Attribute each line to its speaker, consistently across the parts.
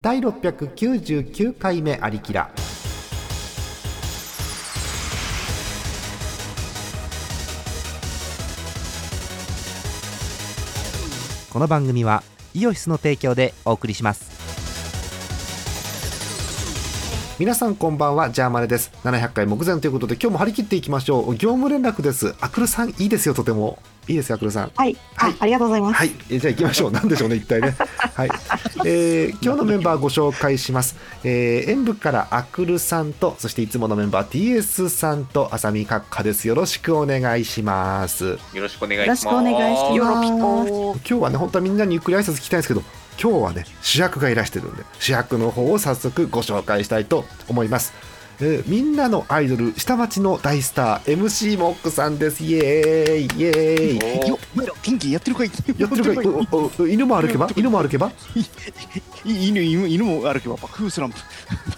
Speaker 1: 第699回目ありきらこの番組はイオシスの提供でお送りします皆さんこんばんはジャーマネです700回目前ということで今日も張り切っていきましょう業務連絡ですアクルさんいいですよとてもいいですよアクルさん
Speaker 2: はい、
Speaker 1: はい
Speaker 2: あ、ありがとうございます。
Speaker 1: はい、えじゃあ行きまし ょう。なんでしょうね、一体ね。はい、えー今日のメンバーご紹介します。えー演舞からアクルさんと、そしていつものメンバー TS さんと浅見閣下です。よろしくお願いします。
Speaker 3: よろしくお願いし
Speaker 2: よろ
Speaker 3: ま
Speaker 2: し
Speaker 3: す。
Speaker 2: くお願いし
Speaker 1: よろ
Speaker 2: ま
Speaker 1: しくお
Speaker 2: す。
Speaker 1: 今日はね、本当はみんなにゆっくり挨拶聞きたいんですけど、今日はね、主役がいらしてるんで、主役の方を早速ご紹介したいと思います。えーみんなのアイドル、下町の大スター、MC モックさんです。イエーイ、イエーイ。
Speaker 3: おー
Speaker 4: よ、お前らピンキーやってるかい
Speaker 1: やってるかいおおお犬も歩けば犬も歩けば
Speaker 4: い犬犬犬も歩けば爆風スラ ンプ。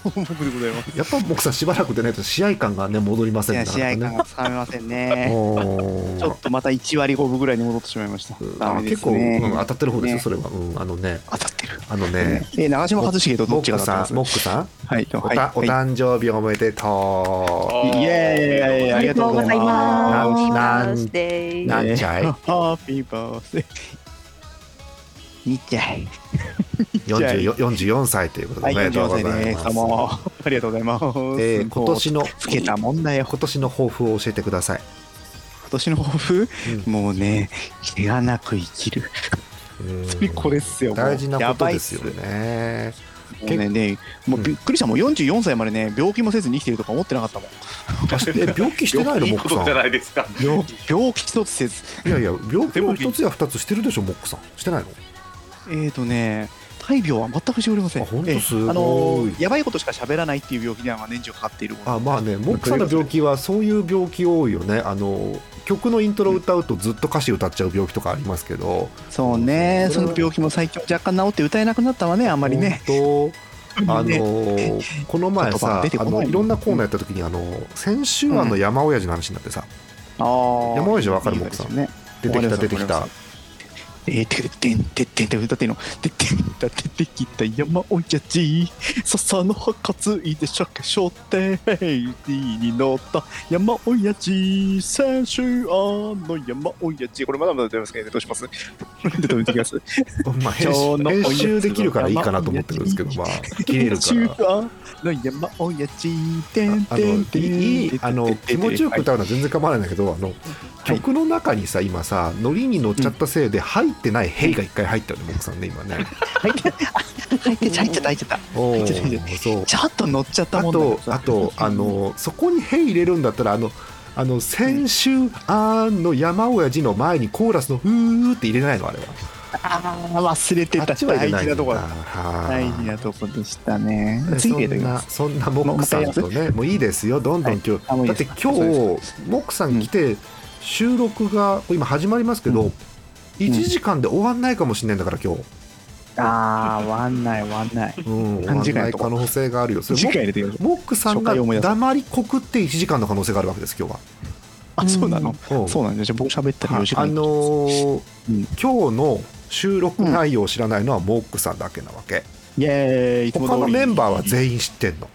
Speaker 4: 僕でございます。
Speaker 1: やっぱ僕さんしばらく出ないと試合感がね戻りませ
Speaker 4: い
Speaker 1: ん
Speaker 4: や試合感
Speaker 1: ね。
Speaker 4: が冷めませんね。
Speaker 1: お
Speaker 4: ちょっとまた1割5分ぐらいに戻ってしまいました。ダメで
Speaker 1: 結
Speaker 4: す
Speaker 1: 構、
Speaker 4: ね
Speaker 1: うん当たってる方ですよ、
Speaker 4: ね
Speaker 1: それは、うん、あのね
Speaker 4: 当たってる。
Speaker 1: あのね
Speaker 4: ね、え長嶋一茂とど
Speaker 1: モ
Speaker 4: っ
Speaker 1: ッ
Speaker 4: ちが
Speaker 1: ク
Speaker 4: 当た
Speaker 1: さ
Speaker 4: って
Speaker 1: ん
Speaker 4: ま
Speaker 1: モッ
Speaker 4: す
Speaker 1: クさん
Speaker 4: はい、
Speaker 1: お
Speaker 4: はい、
Speaker 1: たお
Speaker 4: は
Speaker 1: 誕生日おめでと
Speaker 4: い。イエーイありがとうござ
Speaker 1: あ
Speaker 4: いま
Speaker 1: りがとうございます
Speaker 4: す。
Speaker 1: なん
Speaker 2: デ
Speaker 1: うなん
Speaker 4: えー
Speaker 1: ちゃい
Speaker 4: ハッピーバースデー。にっちゃい。
Speaker 1: う44 44歳ということで
Speaker 4: は
Speaker 1: お
Speaker 4: い、
Speaker 1: めでとうご
Speaker 4: 44
Speaker 1: ざ
Speaker 4: 歳で
Speaker 1: い
Speaker 4: す。
Speaker 1: ます
Speaker 4: どうも。ありがとうございます。
Speaker 1: えー今年の
Speaker 4: つけたもんだよ。
Speaker 1: 今年の抱負を教えてください、
Speaker 4: 今年の抱負、
Speaker 1: うん
Speaker 4: もうね、怪我なく生きる。
Speaker 1: うん
Speaker 4: これっすよ。もう
Speaker 1: 大事なことですよ。
Speaker 4: や
Speaker 1: ね
Speaker 4: ばいっすもうね、ねもうびっくりした、もう44歳までね、病気もせずに生きてるとか思ってなかったもん。
Speaker 1: え病気してないの
Speaker 3: い
Speaker 1: モ
Speaker 3: い
Speaker 1: ッ
Speaker 3: こ
Speaker 1: クさ
Speaker 3: とじゃ
Speaker 1: ん
Speaker 3: ないですか。
Speaker 4: 病病気一つせず。
Speaker 1: いやいや病気も一つや二つしてるでしょモックさんしてないの
Speaker 4: えーとね、大病は全くしておりません。
Speaker 1: あほんと
Speaker 4: ええ
Speaker 1: すごい
Speaker 4: あのーやばいことしか喋らないっていう病気にはまあ年中かかっているもの
Speaker 1: あまあねモックさんの病気はそういう病気多いよねあの曲のイントロ歌うとずっと歌詞歌っちゃう病気とかありますけど
Speaker 4: そうね、
Speaker 1: そ
Speaker 4: そ
Speaker 1: れは
Speaker 4: の病気も最近若干治って歌えなくなったわね、あんまりね。
Speaker 1: 本当あの、
Speaker 4: ね
Speaker 1: この前
Speaker 4: 言
Speaker 1: さ
Speaker 4: 葉出て
Speaker 1: あ
Speaker 4: こないもん
Speaker 1: のいろんなコーナーやった時にあの先週あの山親父の話になってさ、
Speaker 4: あー
Speaker 1: 山親父わかるもんさ
Speaker 4: いいわけ
Speaker 1: 出てきた
Speaker 4: わ
Speaker 1: 出てきた
Speaker 4: かりますわかりえー、てか、てんてってんて歌ってんの。てってんだっててきた山おやじ。笹の葉担いでしゃけしょって、ヘイティに乗った山おやじ。先週あの山おやじ。これまだまだ出ますけど、どうしますどうします
Speaker 1: まあ、編
Speaker 4: 今日の
Speaker 1: 集編集
Speaker 4: おやつ
Speaker 1: できるからいいかなと思ってるんですけどまあ切れるか
Speaker 4: 先週
Speaker 1: ら。
Speaker 4: あの山おやじ。てん
Speaker 1: あ
Speaker 4: てん
Speaker 1: の
Speaker 4: てん
Speaker 1: いい
Speaker 4: てん
Speaker 1: あの気持ちよく歌うのは全然構わないんだけどあの曲の中にさ今さノリに乗っちゃったせいで入ってない「ヘイ」が一回入ったよね僕さんね今ね。
Speaker 4: 入って、入って、入っちゃった、入っちゃった。
Speaker 1: お
Speaker 4: 入っちゃった入っちゃっ
Speaker 1: ーそう
Speaker 4: ちょっと乗っちゃった
Speaker 1: あ
Speaker 4: もんだ
Speaker 1: と
Speaker 4: けど
Speaker 1: あとあのそこに「へ」入れるんだったらあのあの先週あーの山親父の前にコーラスの「ふー」って入れないのあれは
Speaker 4: あー忘れて
Speaker 1: あ
Speaker 4: た
Speaker 1: っちは入れ
Speaker 4: 大
Speaker 1: ない
Speaker 4: 事なとこだ大事
Speaker 1: は
Speaker 4: なとこでしたね
Speaker 1: い。
Speaker 4: つい
Speaker 1: そ
Speaker 4: て
Speaker 1: んなそんなモックさんとねもういいですよどんどん今日
Speaker 4: あもうい
Speaker 1: だ
Speaker 4: い
Speaker 1: っ
Speaker 4: で
Speaker 1: て
Speaker 4: す
Speaker 1: 今
Speaker 4: か
Speaker 1: 日モックさん来て収録が今始まりますけ
Speaker 4: う
Speaker 1: ど
Speaker 4: ん
Speaker 1: 1時間で終わんないかもしれないんだから今日
Speaker 4: ああ、わんないわんない。
Speaker 1: うん終わ
Speaker 4: 勘違
Speaker 1: ん
Speaker 4: いの
Speaker 1: ない
Speaker 4: とこ
Speaker 1: 可能性があるよそれ
Speaker 4: 次
Speaker 1: モ
Speaker 4: 回
Speaker 1: ッ
Speaker 4: 入れてください。
Speaker 1: モックさんが
Speaker 4: 初回思い出す
Speaker 1: 黙りこくって1時間の可能性があるわけです今日は。
Speaker 4: あ、そうなの。
Speaker 1: うん
Speaker 4: そうなんですじゃあ僕喋ったら
Speaker 1: は
Speaker 4: 4
Speaker 1: い
Speaker 4: 時間。
Speaker 1: あのー
Speaker 4: うん
Speaker 1: 今日の収録内容を知らないのはモックさんだけなわけ、
Speaker 4: イエーイいつも通
Speaker 1: 他
Speaker 4: り
Speaker 1: のメンバーは全員知ってんの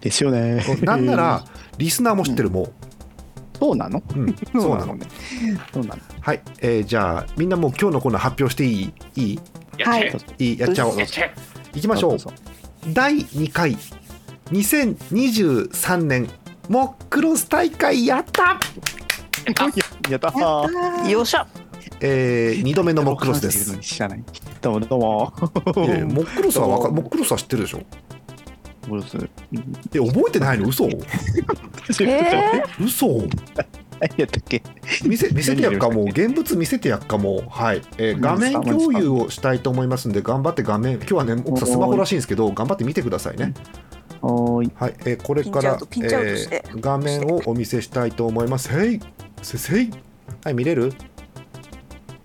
Speaker 4: ですよね。
Speaker 1: なんならリスナーも知ってるも
Speaker 4: そうなの
Speaker 1: う、うん、そうなの
Speaker 4: ね。そうなの。
Speaker 1: はい、えーじゃあみんなもう今日のコーナー発表していいいい
Speaker 3: やっちゃ
Speaker 2: は
Speaker 3: え
Speaker 2: い
Speaker 1: いいやっちゃおう
Speaker 3: やっちゃえ
Speaker 1: いきましょう
Speaker 4: そう
Speaker 1: 第2回2023年モックロス大会やった、
Speaker 4: そうやったー。
Speaker 2: よっしゃ。
Speaker 1: え2度目のモックロスで
Speaker 4: 僕話して
Speaker 1: す
Speaker 4: るのに知らない。どうもどうも。
Speaker 1: いやいや
Speaker 4: モ
Speaker 1: モックロスはわかモックロスは知ってるでしょ
Speaker 4: ッ クロス。
Speaker 1: え覚えてないの嘘
Speaker 2: え
Speaker 1: 嘘
Speaker 4: 何やったっけ
Speaker 1: 見 せ見せてやっかもう現物見せてやっかもうはい、えー
Speaker 4: うん
Speaker 1: 画面共有をしたいと思いますんで頑張って画面今日はね奥さんスマホらしいんですけど頑張って見てくださいね
Speaker 4: おーい。
Speaker 1: はい、えーこれか
Speaker 2: ピンチア
Speaker 1: ら
Speaker 2: ウトピンチアウトして
Speaker 1: ー画面をお見せしたいと思いますへいせせいはい見れる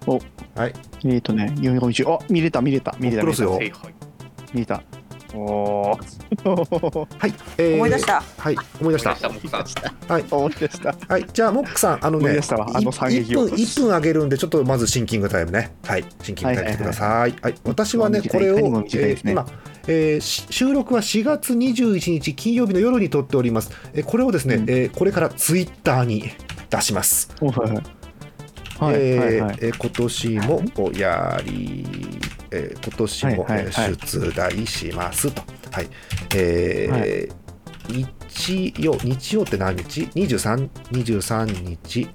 Speaker 4: お
Speaker 1: はい
Speaker 4: えーとね、451。あ、見れた見れた見れた。
Speaker 1: モックロスよ
Speaker 3: はいはい
Speaker 4: 見れた。お お。
Speaker 1: はい、えー
Speaker 2: 思い出した。
Speaker 1: はい思い出し
Speaker 3: 思
Speaker 1: た
Speaker 3: い出したモックさん
Speaker 1: はい
Speaker 4: 思い出した。
Speaker 1: はいじゃあモックさんあの
Speaker 4: 思い
Speaker 1: ね
Speaker 4: 出したわあの惨劇
Speaker 1: 1
Speaker 4: を
Speaker 1: 分一分あげるんでちょっとまずシンキングタイムねはいシンキングタイムしてくださいはい、私はね
Speaker 4: もう
Speaker 1: これを、
Speaker 4: 短いいかにも短い
Speaker 1: え
Speaker 4: です
Speaker 1: ー
Speaker 4: ね
Speaker 1: 今えーし収録は4月21日金曜日の夜に撮っております、えーこれをですね、
Speaker 4: うん
Speaker 1: えーこれからツイッターに出します、
Speaker 4: おはいはいはい
Speaker 1: えー
Speaker 4: はいはい
Speaker 1: えー今年もおやり、えー今年も、
Speaker 4: はいはいはい
Speaker 1: えー出題しますとはいえー日曜日曜って何日 ?2323 日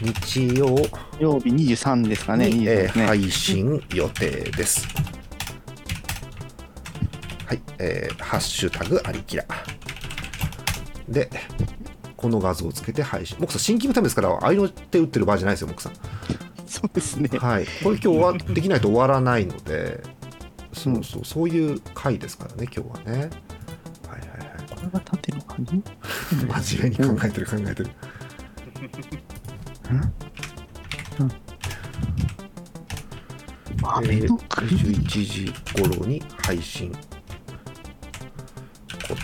Speaker 1: 日曜
Speaker 4: 曜日23ですかね
Speaker 1: に、えー
Speaker 4: 23ね、
Speaker 1: 配信予定です。はい、えーハッシュタグありきら。で、この画像をつけて配信。僕さん、新規のためですから、愛の手打ってる場合じゃないですよ、僕さん。
Speaker 4: そうですね
Speaker 1: はい、これ今日終わできないと終わらないので、そうそう、そういう回ですからね、今日はね。はいはいはい。
Speaker 4: これが縦の紙
Speaker 1: 真面目に考えてる考えてる。
Speaker 4: 豆
Speaker 1: えー
Speaker 4: の首
Speaker 1: 21時頃に配信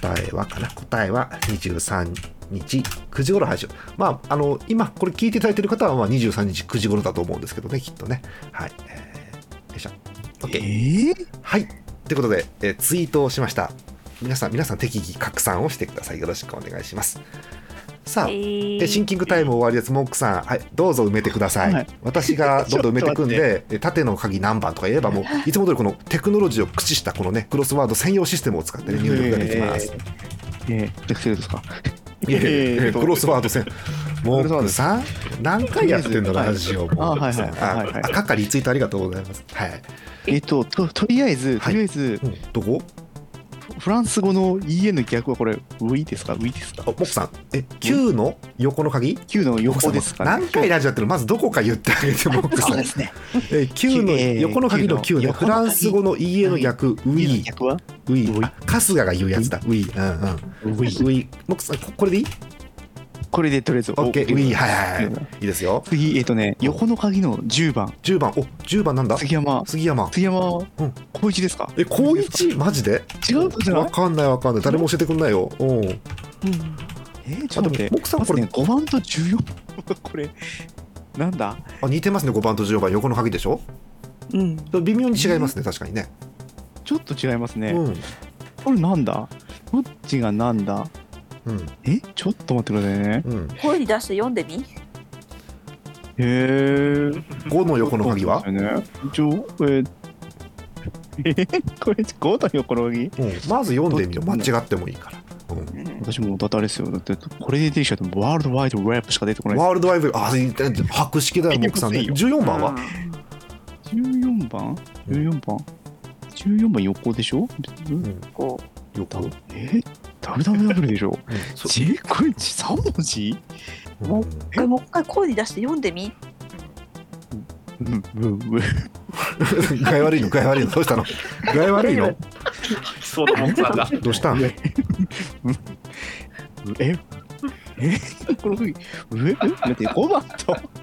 Speaker 1: 答えはかな答えは23日9時頃配信まああの今これ聞いていただいてる方はまあ23日9時頃だと思うんですけどねきっとねはい、えーよいしょ OK、
Speaker 4: え
Speaker 1: はいということで、えーツイートをしました皆さん皆さん適宜拡散をしてくださいよろしくお願いしますさあ、えシンキングタイム終わりです、モックさん、はい、どうぞ埋めてください。
Speaker 4: はい
Speaker 1: 私がどんどん埋めていくん
Speaker 4: ちょっ
Speaker 1: で、え縦の鍵何番とか言えば、もういつも通りこのテクノロジーを駆使したこのね、クロスワード専用システムを使って、ね、入力ができます。
Speaker 4: ー、えー、エクセルですか
Speaker 1: いやいやいや
Speaker 4: えーと
Speaker 1: クロスワード専モックさん、何回やってんだ、
Speaker 4: はい
Speaker 1: ラジオも。
Speaker 4: あはいはいはいはい
Speaker 1: ああかっかリツイートありがとうございます。はい。
Speaker 4: えっとととりあえず
Speaker 1: は
Speaker 4: と
Speaker 1: い
Speaker 4: りあえず、
Speaker 1: うんどこ
Speaker 4: フランス語の EA の逆はこれウイですかウイですか
Speaker 1: あモックさん、え、9の横の鍵
Speaker 4: ?9 の
Speaker 1: モックさ
Speaker 4: 横
Speaker 1: んも
Speaker 4: ですかね
Speaker 1: 何回ラジオやってるのまずどこか言ってあげて、モック
Speaker 4: そ
Speaker 1: さ
Speaker 4: うんで。すね
Speaker 1: えー、9の
Speaker 4: えー
Speaker 1: 横の鍵の
Speaker 4: 九
Speaker 1: 9
Speaker 4: の
Speaker 1: ね、フ
Speaker 4: 横の
Speaker 1: ラ
Speaker 4: 鍵
Speaker 1: ンス語の EA の役、ウ
Speaker 4: EA
Speaker 1: ィ
Speaker 4: の
Speaker 1: ー、
Speaker 4: 逆は
Speaker 1: ウィ
Speaker 4: ウィ
Speaker 1: ー、あ春日が言うやつだ、ウィー、うんうん、
Speaker 4: ウ
Speaker 1: ウィー、ウィー、僕さ、ここれでいい
Speaker 4: これでとりあえず
Speaker 1: ?OK、ウィー、はいはいはい
Speaker 4: うん、
Speaker 1: いいですよ。
Speaker 4: 次えっ、とね横の鍵の10番
Speaker 1: 10番、お10番なんだ
Speaker 4: 杉山
Speaker 1: 杉山。
Speaker 4: 杉山
Speaker 1: うん
Speaker 4: 浩一ですか
Speaker 1: え、高一マジで
Speaker 4: 違うんじゃない
Speaker 1: わかんないわかんない、誰も教えてくんないよ。うん。
Speaker 2: うん
Speaker 4: えー、ちょっ
Speaker 1: あ
Speaker 4: と待っ
Speaker 1: で
Speaker 4: て
Speaker 1: も奥さん
Speaker 4: まずね
Speaker 1: こ
Speaker 4: 5番と14番 これなんだ
Speaker 1: あ、似てますね、5番と10番、横の鍵でしょ
Speaker 2: うん
Speaker 1: 微妙に違いますね、確かにね。
Speaker 4: ちょっと違いますね、
Speaker 1: うん。
Speaker 4: これなんだどっちがなんだ
Speaker 1: うん。
Speaker 4: えちょっと待ってくださいね
Speaker 1: うん。
Speaker 2: 声に出して読んでみ
Speaker 4: へえ
Speaker 1: 5の横の鍵は
Speaker 4: 一応えーえーこれ5だよこの
Speaker 1: う
Speaker 4: 鍵
Speaker 1: ん。まず読んでみよう、間違ってもいいから。うん。
Speaker 4: 私もうだってあれですよだってこれで出てきちゃってワールドワイドウェブしか出てこないです
Speaker 1: ワールドワイブ、あ、い白色だよ、僕さんね。14番は
Speaker 4: 14番
Speaker 1: うん
Speaker 4: 14番14番横でしょ、
Speaker 1: うん
Speaker 2: こ
Speaker 1: 横。
Speaker 4: えダブダブダブルでしょ
Speaker 1: うんそ
Speaker 4: ちこれ3文字
Speaker 1: うん
Speaker 2: うもう一回声に出して読んでみ
Speaker 4: うんうんうん
Speaker 1: 具合悪いの具合悪いのどうしたの具合悪いの
Speaker 3: そうだ、僕なんだ。
Speaker 1: どうしたん
Speaker 4: え えこの時上え待って5番と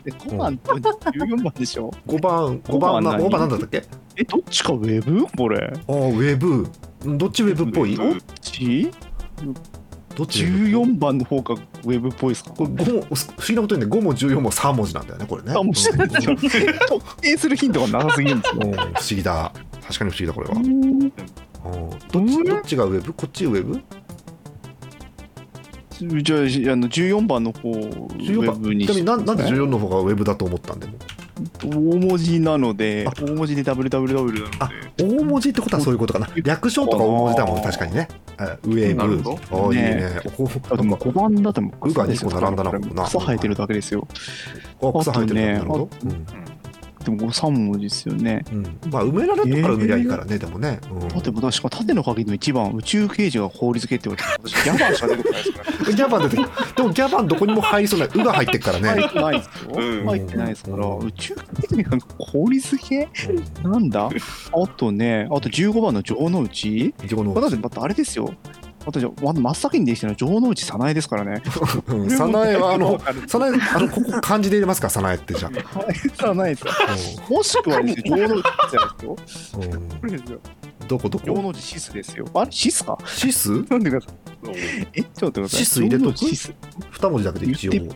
Speaker 4: 5番と14番でしょ
Speaker 1: 5番5番な5番なんだったっけ
Speaker 4: えどっちかウェブこれ
Speaker 1: ああウェブどっちウェブっぽい
Speaker 3: ウェ
Speaker 4: どっち
Speaker 1: どっち
Speaker 4: 14番の方がウェブっぽいですか
Speaker 1: これ5も不思議なことにね5も14も3文字なんだよねこれね
Speaker 4: あもうしてないですよ特定するヒントがなさすぎるんですよ
Speaker 1: うんうん不思議だ確かに不思議だこれはうん
Speaker 4: ど っ
Speaker 1: どっちがウェブこっちウェブ
Speaker 4: ちじゃあじゃああの14番の方ウ
Speaker 1: 14
Speaker 4: ェ
Speaker 1: 番
Speaker 4: ブに
Speaker 1: ちなみになんなんで
Speaker 4: ね
Speaker 1: 14の方がウェブだと思ったんでも
Speaker 4: 大文字なので
Speaker 1: あ
Speaker 4: 大文字で WWW なので
Speaker 1: 大文字ってことはそういうことかな略称とか大文字だもんね
Speaker 4: あー
Speaker 1: 確かにねあウェ
Speaker 3: なる
Speaker 1: ブ
Speaker 3: ほ
Speaker 1: ああいい
Speaker 4: ね
Speaker 1: ねお
Speaker 4: あでも5番だとも
Speaker 1: ウーバー
Speaker 4: ですよ
Speaker 1: 二個並んだな
Speaker 4: これ
Speaker 1: ここな
Speaker 4: 草生えてるだけですよ
Speaker 1: あ草生えてるなる
Speaker 4: あとね
Speaker 1: ほどうん
Speaker 4: でも3文字ですよね
Speaker 1: うんまあ埋められたから埋めりゃいいからね、でもね、うん、
Speaker 4: 縦も確か縦の鍵の1番宇宙刑事が法律系って言われて私ギャバンしか出てこないですか
Speaker 1: ギャバン出てくるでもギャバンどこにも入りそうな「う」が入ってっから
Speaker 4: ら入
Speaker 1: ね
Speaker 4: ってないですよ
Speaker 3: うん
Speaker 4: 入ってないですから
Speaker 1: うん
Speaker 4: 宇宙刑事が法律系なんだあとねあと15番の城之内
Speaker 1: いちごの
Speaker 4: これだってまたあれですよあとじゃあま真っ先にできてるのは城之内早苗ですからね
Speaker 1: うん早苗はあ の早苗あのここ漢字で入れますか早苗ってじゃ
Speaker 4: 早苗ですよもしくはですよ城之内ですよ
Speaker 1: あ、うんうん
Speaker 4: これですよ
Speaker 1: どこど
Speaker 4: 城之
Speaker 1: こ
Speaker 4: 内シスですよあれシスか
Speaker 1: シス
Speaker 4: 読んでくださいえちょっと待ってください
Speaker 1: シス入れとく
Speaker 4: 城之内シス
Speaker 1: 二文字だけで一応
Speaker 4: 言っ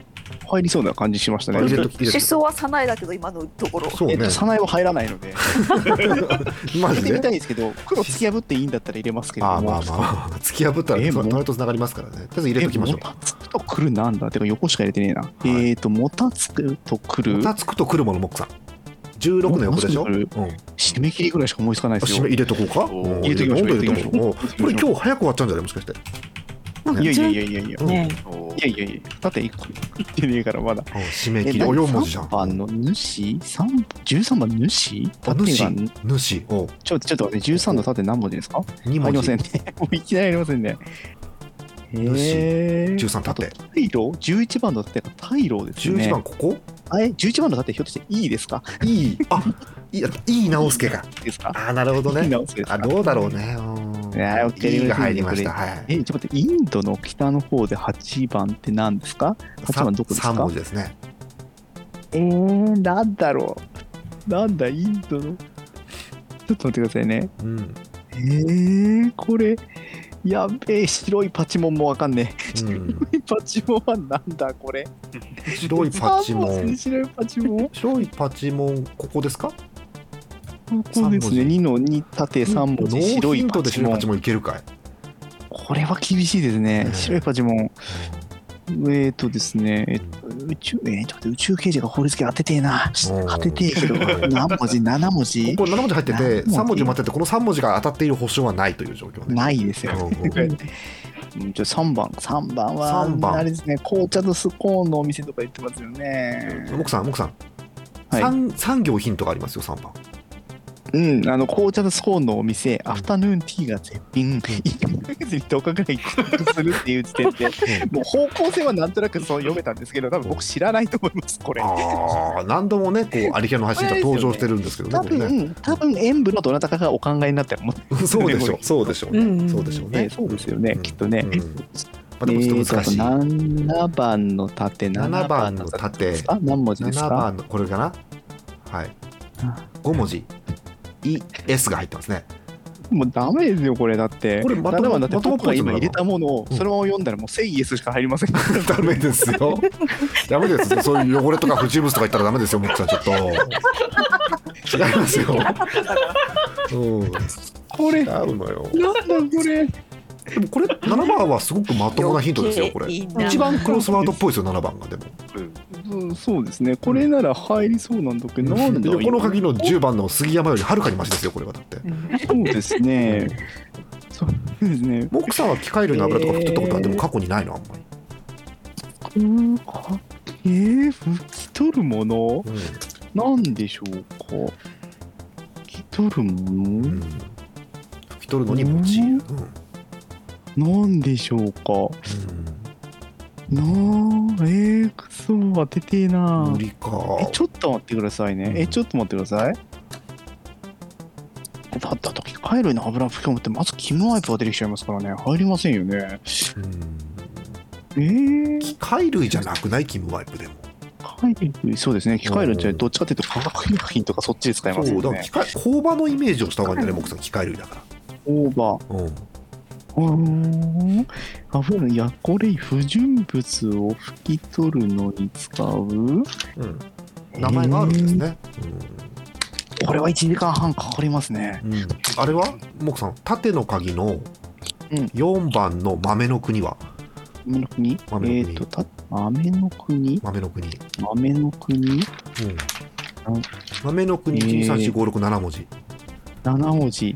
Speaker 4: 入りそうな感じしましたね。
Speaker 1: 入れ
Speaker 4: え
Speaker 1: とき入れと
Speaker 2: 思想はさないだけど今のところ
Speaker 1: きそう
Speaker 4: っ
Speaker 1: ね
Speaker 4: と、早苗は入らないの で、
Speaker 1: マ
Speaker 4: 入れ
Speaker 1: ジ
Speaker 4: てみた
Speaker 1: で
Speaker 4: いですけど、黒突き破っていいんだったら入れますけれ
Speaker 1: あ
Speaker 4: ど
Speaker 1: あ
Speaker 4: も、
Speaker 1: まあまあ突き破ったら
Speaker 4: えーもう
Speaker 1: 隣とつながりますからねとりあえず入れ
Speaker 4: え、
Speaker 1: ときましょ
Speaker 4: もたつくとくるなんだてか横しか入れてねえな。えーと、もたつくとく
Speaker 1: う
Speaker 4: る
Speaker 1: も、たつくと来るものモックさん16の横でしょ、
Speaker 4: も
Speaker 1: うん
Speaker 4: たつく、締め切りぐらいしか思いつかないです
Speaker 1: 締め
Speaker 4: よ。
Speaker 1: 入れとこうか
Speaker 3: おー
Speaker 1: うん
Speaker 4: 入れときましょう
Speaker 1: どんどん入れときましょう
Speaker 4: 入れときま
Speaker 1: うん
Speaker 4: しょう
Speaker 1: これ今日早く終わっちゃうんじゃないもしかして
Speaker 4: いやいやいやいやいや。
Speaker 1: うん
Speaker 2: ね
Speaker 3: お
Speaker 4: いやいやいや、だって行ってねえからまだ。
Speaker 1: うん締め切
Speaker 4: え
Speaker 1: りお4文字じゃん
Speaker 4: 3番の主三十三番の主
Speaker 1: あ
Speaker 4: 縦が
Speaker 1: 主主お
Speaker 4: ちょちょっと待って、13の縦何文字ですか
Speaker 1: 2
Speaker 4: あ
Speaker 1: 文字
Speaker 4: りませんね。 もういきなりありませんね。えー、
Speaker 1: 13縦
Speaker 4: 大路 ?11 番の縦が大路ですね。
Speaker 1: 11番ここ
Speaker 4: あれ ?11 番の縦ひょっとしていいですか
Speaker 1: いいあいいいい直輔が
Speaker 4: ですか
Speaker 1: あーなるほど
Speaker 4: いい
Speaker 1: ね
Speaker 4: 直すですか
Speaker 1: あどうだろうねうん
Speaker 4: いやー
Speaker 1: いいが入りましたはい
Speaker 4: え、ちょっと待って、インドの北の方で8番って何ですか ?8 番どこです
Speaker 1: 3
Speaker 4: か
Speaker 1: 文字ですね
Speaker 4: えー、なんだろう。なんだ、インドの。ちょっと待ってくださいね。
Speaker 1: うん
Speaker 4: えー、これ、やべえ、白いパチモンもわかんねえ。
Speaker 1: う
Speaker 4: 白
Speaker 1: ん
Speaker 4: いパチモンはなんだ、これ。
Speaker 1: 白いパチモ
Speaker 4: 三文字で
Speaker 1: ン
Speaker 4: 白いパチモン。
Speaker 1: 白いパチモンここですか
Speaker 4: こうです
Speaker 1: 三
Speaker 4: ね、
Speaker 1: 文字
Speaker 4: 2の2縦3文
Speaker 1: ノ
Speaker 4: 字、
Speaker 1: ー
Speaker 4: 白
Speaker 1: ヒ
Speaker 4: い
Speaker 1: ント
Speaker 4: パ
Speaker 1: で
Speaker 4: チ
Speaker 1: 白い
Speaker 4: モ
Speaker 1: パ
Speaker 4: ン
Speaker 1: チ。モンいけるかい
Speaker 4: これは厳しいですね
Speaker 1: う。ん
Speaker 4: 白いパチモン。えっとですね、えっと宇宙、えーちょっと待って宇宙刑事が法律系当ててえな。
Speaker 1: うん
Speaker 4: 当ててえけど、何文 字 ?7 文字
Speaker 1: ここ7文字入ってて
Speaker 4: 何文字
Speaker 1: 3文字待っててこの3文字が当たっている保証はないという状況ね
Speaker 4: ないですよ。
Speaker 1: うんうん
Speaker 4: うんじゃあ3番、3番は、
Speaker 1: 三番
Speaker 4: あれですね、紅茶とスコーンのお店とか言ってますよね。
Speaker 1: モクさん、モクさん、
Speaker 4: はい
Speaker 1: 三三行ヒントがありますよ、三番。
Speaker 4: うん、あの紅茶とスコーンのお店、アフタヌーンティーが絶品、1ヶ月に10日ぐらい帰国するっていう時 点で、もう方向性はなんとなくそう読めたんですけど、多分僕知らないと思います、これ。
Speaker 1: ああ、何度もね、こう、アリキャの発信者登場してるんですけどね
Speaker 4: 多
Speaker 1: これね。
Speaker 4: 分、多分演武のどなたかがお考えになったらも
Speaker 1: そうでしょう、そうでしょう
Speaker 2: うんうんう
Speaker 1: ね、
Speaker 2: ん
Speaker 1: そうでしょう
Speaker 4: ね
Speaker 1: ね。
Speaker 4: そうですよね
Speaker 1: うん
Speaker 4: きっとね
Speaker 1: うんまあ、でもちょっと難しい。
Speaker 4: 7番の縦、
Speaker 1: 七番の縦
Speaker 4: あ、何文字です
Speaker 1: 七
Speaker 4: か
Speaker 1: 番のこれかな。はい。五文字。い、S が入ってますね。
Speaker 4: もうダメですよ、これだって。
Speaker 1: これまとも
Speaker 4: 7番だって
Speaker 1: まとも
Speaker 4: 僕が今
Speaker 1: ポーズなの
Speaker 4: 入れたものを
Speaker 1: うん
Speaker 4: そのまま読んだらもう 1000S しか入りません。
Speaker 1: ダメです よ。ダメですよ。そういう汚れとか不純物とか言ったらダメですよ、モクさん、ちょっと。違いますよ。うん、違
Speaker 4: これ、なん
Speaker 1: う
Speaker 4: だ
Speaker 1: のよ。
Speaker 4: これ。
Speaker 1: でもこれ7番はすごくまともなヒントですよこれ
Speaker 2: 余計な
Speaker 1: 一番クロスワードっぽいですよ7番がでも
Speaker 4: うんそうですね、これなら入りそうなんだけど、なんだろう
Speaker 1: 横の鍵の10番の杉山よりはるかにマシですよこれはだって
Speaker 4: そうです ね。そうですね。
Speaker 1: モックさんは機械類の油とか振ってったことは
Speaker 4: えー
Speaker 1: でも過去にないのあんまり、
Speaker 4: うんかえー、拭き取るものなんでしょうか拭き取るも
Speaker 1: うん拭き取るのに用いる、うん
Speaker 4: のなんでしょうかなあえー、くそ当ててえ
Speaker 1: うん
Speaker 4: な
Speaker 1: 無理か
Speaker 4: えちょっと待ってくださいねえちょっと待ってくださいだったと機械類の油拭き込むってまずキムワイプが出てきちゃいますからね入りませんよね
Speaker 1: うん
Speaker 4: えー、機
Speaker 1: 機械類じゃなくないキムワイプでも
Speaker 4: 械類そうですね機械類ってどっちかっていうと化学薬品とかそっちで使います
Speaker 1: そ
Speaker 4: よ
Speaker 1: うだから
Speaker 4: ね
Speaker 1: 機械工場のイメージをした方がいいんじゃないモックさん機械類だか
Speaker 4: オーバー
Speaker 1: ら、うん
Speaker 4: うーん油いやこれ不純物を拭き取るのに使う
Speaker 1: うん、名前があるんですね、
Speaker 4: これは1時間半かかりますね
Speaker 1: うんうんあれはモックさん縦の鍵の
Speaker 4: うん
Speaker 1: 4番の豆の国は
Speaker 4: 豆の国
Speaker 1: 豆の国
Speaker 4: えっ、とた豆の国
Speaker 1: 豆の国、うん、
Speaker 4: 豆の国
Speaker 1: 豆の国
Speaker 4: えー
Speaker 1: 1234567文字、
Speaker 4: 7文字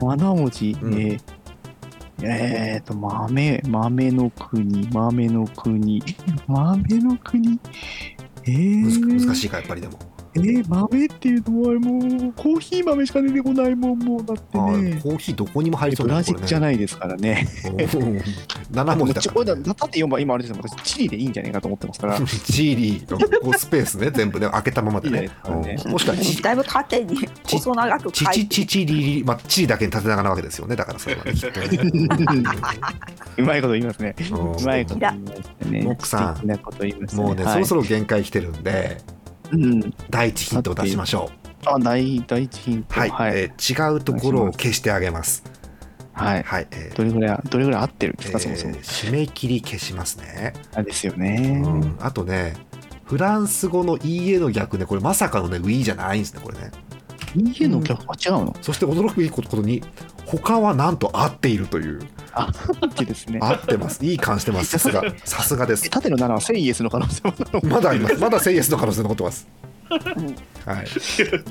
Speaker 4: 7文字、
Speaker 1: うん
Speaker 4: えーえーと豆豆の国豆の国 豆の国え
Speaker 1: むず
Speaker 4: ー、
Speaker 1: 難しいかやっぱりでも、
Speaker 4: えー豆っていうのはもうコーヒー豆しか出てこないもんもうだって
Speaker 1: あーで
Speaker 4: ね
Speaker 1: もコーヒーどこにも入りそう
Speaker 4: ブラジルじゃ
Speaker 1: い
Speaker 4: ないですからね。
Speaker 1: 7文字だ
Speaker 4: ち
Speaker 1: か
Speaker 4: ょ
Speaker 1: ら、
Speaker 4: だ
Speaker 1: ね、
Speaker 4: だって4番、今あれですよ、私、チリでいいんじゃないかと思ってますか ら、い
Speaker 1: チーリーのこうスペースね全部ね開けたままで
Speaker 4: いじゃ
Speaker 1: ね
Speaker 4: ないですかね。
Speaker 1: うんもしくはチ
Speaker 2: だいぶ縦に
Speaker 1: ち
Speaker 2: 細長く
Speaker 1: チ
Speaker 2: 書い
Speaker 1: チ
Speaker 2: て
Speaker 1: チチリリまあチーだけに縦長なわけですよねだからそれはねきっと
Speaker 4: うまいこと言いますね。
Speaker 1: うん
Speaker 4: うまいこと言いますね。
Speaker 1: 奥さん
Speaker 4: 素敵なこと言いますね。
Speaker 1: もうね、
Speaker 4: はい
Speaker 1: そろそろ限界来てるんで
Speaker 4: うん。
Speaker 1: 第一ヒントを出しましょう
Speaker 4: あ、第第一ヒント。
Speaker 1: はい、
Speaker 4: はい。
Speaker 1: えー違うところを消してあげます。
Speaker 4: はい。
Speaker 1: はい、えー
Speaker 4: どれぐらい、どれぐらい合ってるんですか、そもそも
Speaker 1: えー。締め切り消しますね、
Speaker 4: あですよね。
Speaker 1: うん、あとねフランス語の EA の逆ねこれまさかのね WE じゃないんですねこれね
Speaker 4: EA の逆は違うの
Speaker 1: そして驚くべきことに他はなんと合っているという
Speaker 4: あ、ってですね。
Speaker 1: 合ってますいい感してますさ すがさすがで
Speaker 4: え
Speaker 1: す
Speaker 4: 縦の7はセイエスの可能性もあるの
Speaker 1: まだありますまだセイエスの可能性残ってます
Speaker 2: うん
Speaker 1: はい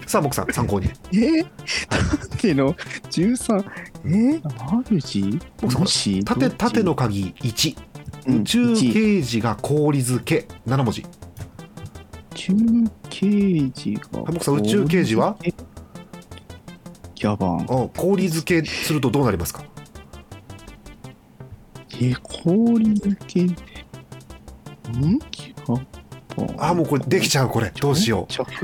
Speaker 1: さあ僕さん参考に
Speaker 4: え縦の13、え何時
Speaker 1: 僕さん
Speaker 4: もし
Speaker 1: 縦縦の鍵1宇宙
Speaker 4: 中
Speaker 1: 刑事が氷漬け7文字
Speaker 4: 刑事が。
Speaker 1: 僕さん宇宙刑事は
Speaker 4: えギャバン。
Speaker 1: お氷漬けするとどうなりますか
Speaker 4: え、氷抜け。んギャバン。
Speaker 1: あもうこれできちゃうこれどうしよ
Speaker 4: 着ギ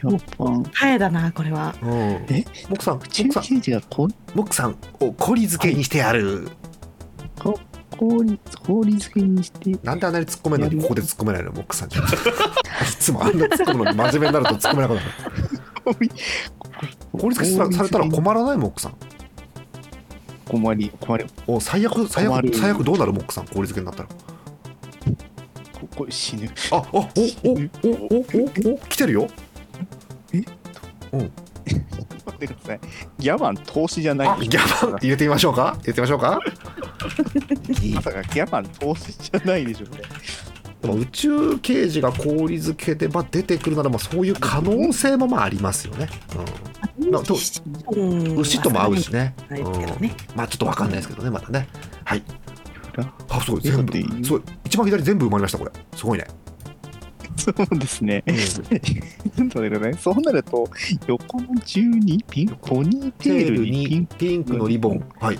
Speaker 4: ャバン。
Speaker 5: 早だなこれは
Speaker 1: う、うん、
Speaker 4: え
Speaker 1: 僕さん
Speaker 4: 宇宙
Speaker 1: 僕さん
Speaker 4: 刑事が氷
Speaker 1: 僕さんを氷漬けにしてやる
Speaker 4: 氷氷漬けにして。
Speaker 1: なんであんなに突っ込めるのにここで突っ込めないの僕さん いつもあんな突っ込むのに真面目になると突っ込めなくなる氷漬けさされたら困らないモックさん
Speaker 4: 困り困り
Speaker 1: お最悪最
Speaker 4: 困
Speaker 1: 悪
Speaker 4: る
Speaker 1: 最悪どうなるモックさん氷漬けになったら
Speaker 4: ここ死ぬ
Speaker 1: ああおおおおおお来てるよ
Speaker 4: 待ってくださいギャバン投資じゃない
Speaker 1: あギャバン入れてみましょうか入れてみましょうかいい
Speaker 4: まさかギャバン投資じゃないでしょこ
Speaker 1: で
Speaker 4: れ
Speaker 1: も宇宙刑事が氷漬けでまあ出てくるならまあそういう可能性もまあありますよね、うんなと
Speaker 5: うん
Speaker 1: 牛とも合うしね,、
Speaker 5: まあ
Speaker 1: うん
Speaker 5: そうですけどね
Speaker 1: まあちょっとわかんないですけどねまだねはい
Speaker 4: 裏
Speaker 1: あすごい全部
Speaker 4: でいい
Speaker 1: すごい一番左全部埋まりましたこれすごいね、
Speaker 4: そうですね
Speaker 1: うん
Speaker 4: なんだろうねそうなると横の12ピンポニーテ
Speaker 1: テ
Speaker 4: ー
Speaker 1: ー
Speaker 4: ル
Speaker 1: ル
Speaker 4: にピ
Speaker 1: に
Speaker 4: ン
Speaker 1: ピンクのリボンはい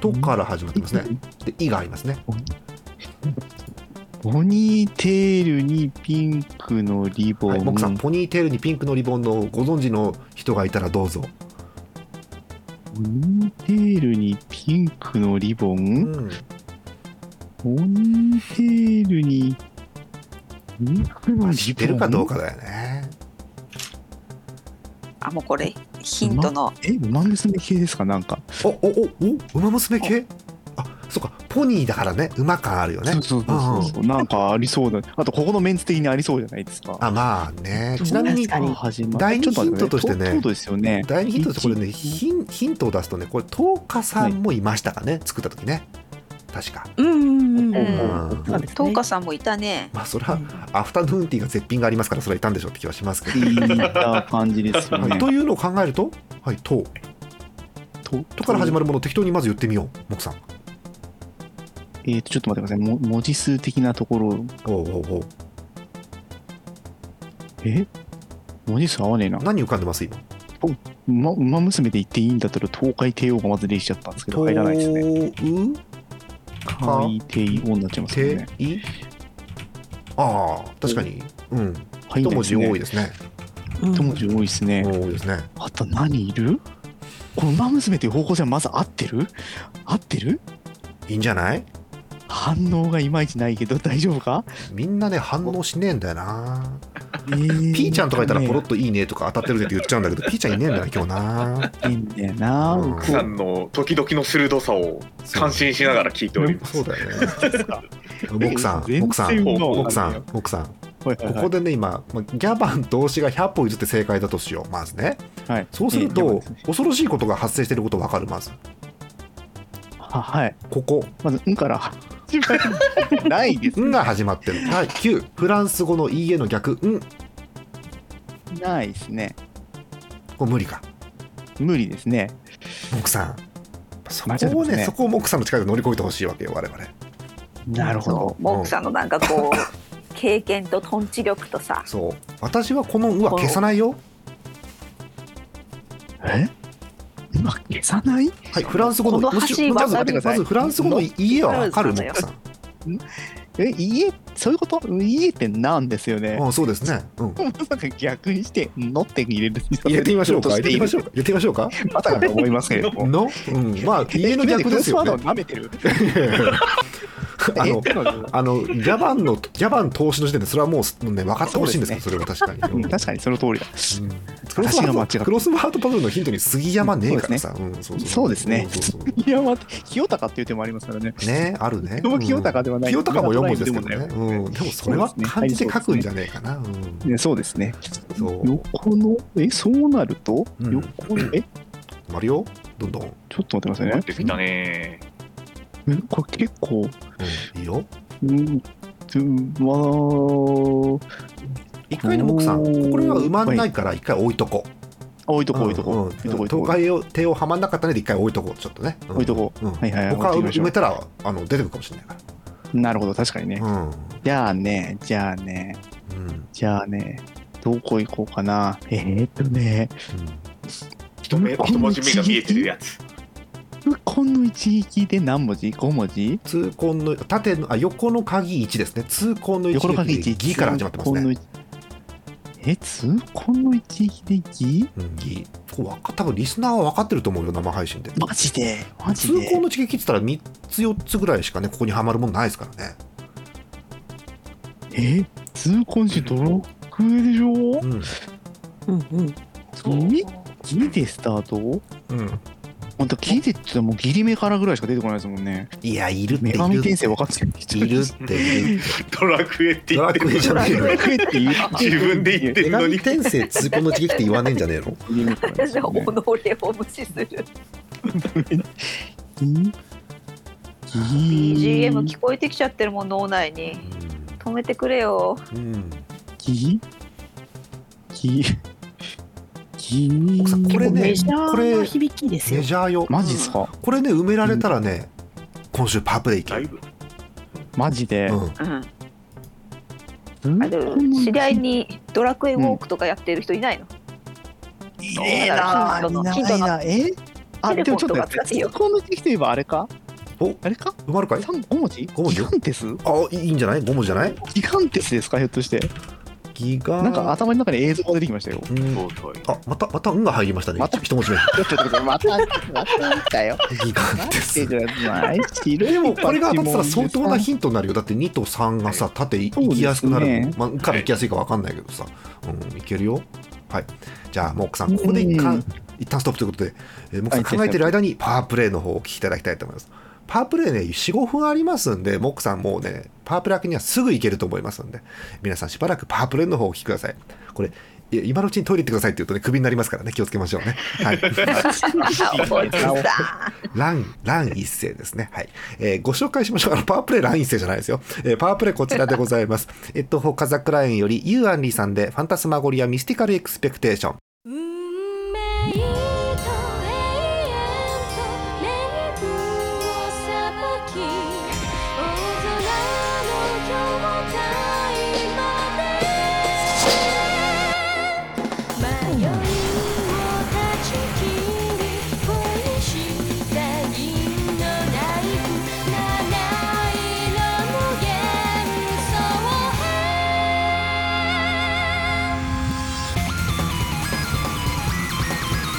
Speaker 1: とから始まってますねで「い」がありますね
Speaker 4: ポニーテールにピンクのリボン、
Speaker 1: はい、僕さんポニーテールにピンクのリボンのご存知の人がいたらどうぞ、
Speaker 4: ポニーテールにピンクのリボン、
Speaker 1: うん、
Speaker 4: ポニーテールにピンクのリボン
Speaker 1: 知ってるかどうかだよね
Speaker 2: あもうこれヒントの
Speaker 4: え馬娘系ですかなんか
Speaker 1: おおおお馬娘系あそうかポニーだからね馬感あるよね
Speaker 4: そうそうそうそうなんかありそうだあとここのメンツ的にありそうじゃないですか
Speaker 1: あまあねちなみに
Speaker 5: 確かに
Speaker 4: 始まる
Speaker 1: 第二
Speaker 4: ちょっ待って
Speaker 1: ヒントとしてね
Speaker 4: そうそうですよね
Speaker 1: 第二ヒントとしてこれね
Speaker 4: 一
Speaker 1: ヒンヒントを出すとねこれ十日さんもいましたかね、作った時ね確か、
Speaker 5: うんうんうん
Speaker 2: う
Speaker 5: うんん
Speaker 1: うん
Speaker 5: そうです
Speaker 2: ト
Speaker 5: ね
Speaker 2: ウカさんもいたね
Speaker 1: まあそれはアフタヌーンティーが絶品がありますからそれはいたんでしょうって気はしますけど、
Speaker 4: った感じですよ
Speaker 1: はい、
Speaker 4: ね
Speaker 1: というのを考えると「はい、と」
Speaker 4: と
Speaker 1: とから始まるものを適当にまず言ってみよう木さん
Speaker 4: えーとちょっと待ってくださいも文字数的なところ
Speaker 1: おうおうおう
Speaker 4: え文字数合わねえな
Speaker 1: 何浮かんでます今
Speaker 4: 馬馬娘で言っていいんだったら東海帝王がまずできちゃったんですけど入らないですね
Speaker 1: う
Speaker 4: 東海帝王になっちゃいますよ
Speaker 1: て
Speaker 4: ね
Speaker 1: いああ確かにうん
Speaker 4: 入ん
Speaker 1: 一
Speaker 4: ない
Speaker 1: 文
Speaker 4: です
Speaker 1: 字
Speaker 4: ね
Speaker 1: 多いですね
Speaker 4: 一文字多いですね
Speaker 1: 多いですね
Speaker 4: あと何いるこの馬娘っていう方向性はまず合ってる合ってる
Speaker 1: いいんじゃない
Speaker 4: 反応がいまいちないけど大丈夫か
Speaker 1: みんなね反応しねえんだよな
Speaker 4: え ー
Speaker 1: ピーちゃんとかいたらポロッ
Speaker 4: ね
Speaker 1: といいねとか当たってるねって言っちゃうんだけ どピーちゃんいねえんだよな今日ない
Speaker 4: いんだよな、
Speaker 1: うん
Speaker 4: こう
Speaker 3: さんの時々の鋭さを 感心しながら聞いておりま
Speaker 1: そ
Speaker 3: す。
Speaker 1: うだよね僕さん
Speaker 4: 全然
Speaker 1: 僕さん
Speaker 4: 馬を
Speaker 1: 僕さん僕さん
Speaker 4: はいはいは
Speaker 1: こ
Speaker 4: い
Speaker 1: こでね今まあギャバン同士が100歩譲って正解だとしようまずね
Speaker 4: はい
Speaker 1: そうする
Speaker 4: えーやば
Speaker 1: と
Speaker 4: いですね
Speaker 1: 恐ろしいことが発生してることわかるまず
Speaker 4: ははい
Speaker 1: ここ
Speaker 4: まず「ん」から始まるないです
Speaker 1: んが始まってる。はい、9、フランス語の EA の逆、ん。こ
Speaker 4: ないですね
Speaker 1: れ無理か。
Speaker 4: 無理ですね
Speaker 1: モクさん。そこ
Speaker 4: 間違って
Speaker 1: を
Speaker 4: ます
Speaker 1: ね、
Speaker 4: ね
Speaker 1: そこをモクさんの力で乗り越えてほしいわけよ、我々。
Speaker 4: なるほど
Speaker 2: そうモークさんのなんかこう経験とトンチ力とさ
Speaker 1: そう。私はこのうは消さないよ。
Speaker 4: え今消さない
Speaker 1: はい、フランス語の
Speaker 2: この
Speaker 1: むし
Speaker 2: 橋
Speaker 1: まず
Speaker 2: 渡
Speaker 4: る
Speaker 1: まずフランス語の EA はわかる、
Speaker 2: フ
Speaker 1: モ
Speaker 2: ラン
Speaker 1: ク
Speaker 2: ス
Speaker 1: さ
Speaker 2: 語
Speaker 1: ん。
Speaker 4: え家そういうこと家ってなんですよね
Speaker 1: うん、そうですね。うん。
Speaker 4: まさか逆にして「の」って入れる
Speaker 1: 入れてみましょうか。入
Speaker 4: 入
Speaker 1: れてみましょうか。入れてみましょうか。
Speaker 4: まさか と思いますけれども
Speaker 1: の、うん、まあ、家の逆ですよね
Speaker 4: クロスワードを。舐めてる
Speaker 1: いやいやいや あのあのギャバンのギャバン投資の時点でそれはもうね分かってほしいんですよそ,、れは確かに、
Speaker 4: うん確かにその通りだ。
Speaker 1: うんクロス
Speaker 4: 私
Speaker 1: ハ
Speaker 4: が間違っ
Speaker 1: ート
Speaker 4: た
Speaker 1: クロスハートパズルのヒントに杉山ねえからさ、うんそう
Speaker 4: そうですね
Speaker 1: そうそうそう
Speaker 4: いや、待って、清高っていう手もありますからね。
Speaker 1: ねあ るね
Speaker 4: 僕も清高ではない
Speaker 1: 清高も4文字ですけどね
Speaker 4: 清高
Speaker 1: うん、でもそれは漢字で書くんじゃねえかな、うん
Speaker 4: ね、そうですね。
Speaker 1: そう
Speaker 4: 横の、え、そうなると、
Speaker 1: うん
Speaker 4: 横の、え、
Speaker 1: マリオどんどん、う
Speaker 4: ちょっと待ってください
Speaker 3: なっ
Speaker 4: ね
Speaker 3: てきたね。
Speaker 4: え。これ結構、
Speaker 1: ん、いいよ
Speaker 4: うん、うわー
Speaker 1: 一回の木さん
Speaker 4: おー
Speaker 1: これは埋まんないから一回置いとこう
Speaker 4: あ置いとこう、置いとこ
Speaker 1: うん
Speaker 4: う
Speaker 1: う、ん
Speaker 4: 置いとこう、置いとこ
Speaker 1: 東
Speaker 4: う。
Speaker 1: 海を手をはまんなかったので一回置いとこうちょっとね、うん
Speaker 4: 置いとこ
Speaker 1: うん
Speaker 4: はいはい、
Speaker 1: 他
Speaker 4: 置いてみまし
Speaker 1: 埋
Speaker 4: ょ
Speaker 1: めたらあの出てくるかもしれないか
Speaker 4: うなるほど、確かにね。
Speaker 1: らうん
Speaker 4: じゃあね、じゃあね、
Speaker 1: うんうん
Speaker 4: じゃあね、どこ行こうかな。えー、っとね、
Speaker 3: 一目一文字目が見えてるやつ。
Speaker 4: この一撃で何文字 ?5 文字
Speaker 1: 痛恨の縦のあ横の鍵1ですね痛恨の1
Speaker 4: 横の鍵一
Speaker 1: ギから始まってますね
Speaker 4: 痛恨の一え、痛恨の一撃でギ
Speaker 1: うんギこれわか多分リスナーは分かってると思うよ生配信で
Speaker 4: マジでマ
Speaker 1: 痛
Speaker 4: ジで
Speaker 1: 恨の一撃って言ったら3つ4つぐらいしかねここにはまるもんないですからね
Speaker 4: え痛恨しドロックエでしょ
Speaker 1: うん
Speaker 5: うんうん。
Speaker 4: ギギでスタート
Speaker 1: うん
Speaker 4: ほんとギでって言ったらもうギリメからぐらいしか出てこないですもんね。
Speaker 1: いやいるってい
Speaker 4: 女
Speaker 1: る
Speaker 4: 神転生分
Speaker 1: っ
Speaker 4: かってる人
Speaker 1: ているっている
Speaker 3: ドラクエって
Speaker 1: ド
Speaker 3: 言っ
Speaker 1: ラ
Speaker 3: て
Speaker 1: クエじゃ
Speaker 3: る。
Speaker 1: ねえ
Speaker 4: ド
Speaker 1: の
Speaker 4: ラクエって言って
Speaker 3: 自分で言ってる
Speaker 1: 女
Speaker 3: の
Speaker 1: 神
Speaker 3: に。
Speaker 1: 転生痛恨の一撃って言わねえんじゃねえの
Speaker 4: ギリメからです
Speaker 2: 己
Speaker 4: よね
Speaker 2: を無視する
Speaker 4: ん
Speaker 2: BGM 聞こえてきちゃってるもん脳内に止めてくれよ
Speaker 1: うん
Speaker 4: ききき
Speaker 1: 奥さんこれね
Speaker 5: メジャ
Speaker 1: こ
Speaker 5: ー
Speaker 1: れ
Speaker 5: な響きです
Speaker 1: メ
Speaker 5: よ。
Speaker 1: ジャーよ
Speaker 4: マジっすか
Speaker 1: これね埋められたらね今週パープレイキ
Speaker 3: だい
Speaker 1: ー
Speaker 3: ぶ。
Speaker 4: マジで、
Speaker 1: うん
Speaker 2: うん
Speaker 4: ん
Speaker 2: あでも知り合いにドラクエウォークとかやってる人いないの、
Speaker 4: ええな
Speaker 2: どうなる
Speaker 4: いないなえあ
Speaker 2: テ
Speaker 4: で
Speaker 2: レ
Speaker 4: も
Speaker 2: ポ
Speaker 4: ち
Speaker 2: ー
Speaker 4: ょっと
Speaker 2: トが
Speaker 4: 待っ
Speaker 2: 使え
Speaker 4: て
Speaker 2: よ
Speaker 4: この時期といえばあれか
Speaker 1: お
Speaker 4: あれか
Speaker 1: 埋まるかい
Speaker 4: 三五文字
Speaker 1: 五文字
Speaker 4: ギガンテス
Speaker 1: あいいんじゃないゴムじゃない
Speaker 4: ギガンテスですかひょっとして
Speaker 1: ギガ
Speaker 4: なんか頭の中に映像が出てきましたよ
Speaker 1: うん
Speaker 3: そうそう。
Speaker 1: あまたまた「ん」が入りましたね、
Speaker 4: また
Speaker 1: 一文 字目
Speaker 4: ちょっと待ってまたまた見たよ
Speaker 1: ギガ
Speaker 4: な
Speaker 1: ン
Speaker 4: ん
Speaker 1: で
Speaker 4: て
Speaker 1: す
Speaker 4: じゃない
Speaker 1: でもこれが当たってたら相当な
Speaker 4: ヒ
Speaker 1: ヒントになるよだって2と3がさ縦い
Speaker 4: そうで
Speaker 1: 行
Speaker 4: すね
Speaker 1: きやすくなる、まあ、から行きやすいか分かんないけどさ、うん、いけるよはいじゃあもう奥さんここで一
Speaker 4: う
Speaker 1: 旦
Speaker 4: ん
Speaker 1: 一旦ストップということで、えー、モックさん
Speaker 4: はい
Speaker 1: 考えてる間にパワープレイの方をお聞きいただきたいと思いますパワープレイね45分ありますんでモックさんもうねパワープレイ明けにはすぐ行けると思いますんで皆さんしばらくパワープレイの方をお聞きくださいこれいや今のうちにトイレ行ってくださいって言うとねクビになりますからね気をつけまし ょうねはい
Speaker 2: おじさん
Speaker 1: ラン、ラン一世ですね。はい。えーご紹介しましょう。あ の、パワープレイラン一世じゃないですよ。えーパワープレイこちらでございます。 えっと、ほかざくら園より、ユーアンリーさんで、ファンタスマゴリアミスティカルエクスペクテーション。
Speaker 6: 運命と永遠と冥府をさばき大空の兄弟まで迷いを断ち切り恋した銀のナイフ七色無限想へ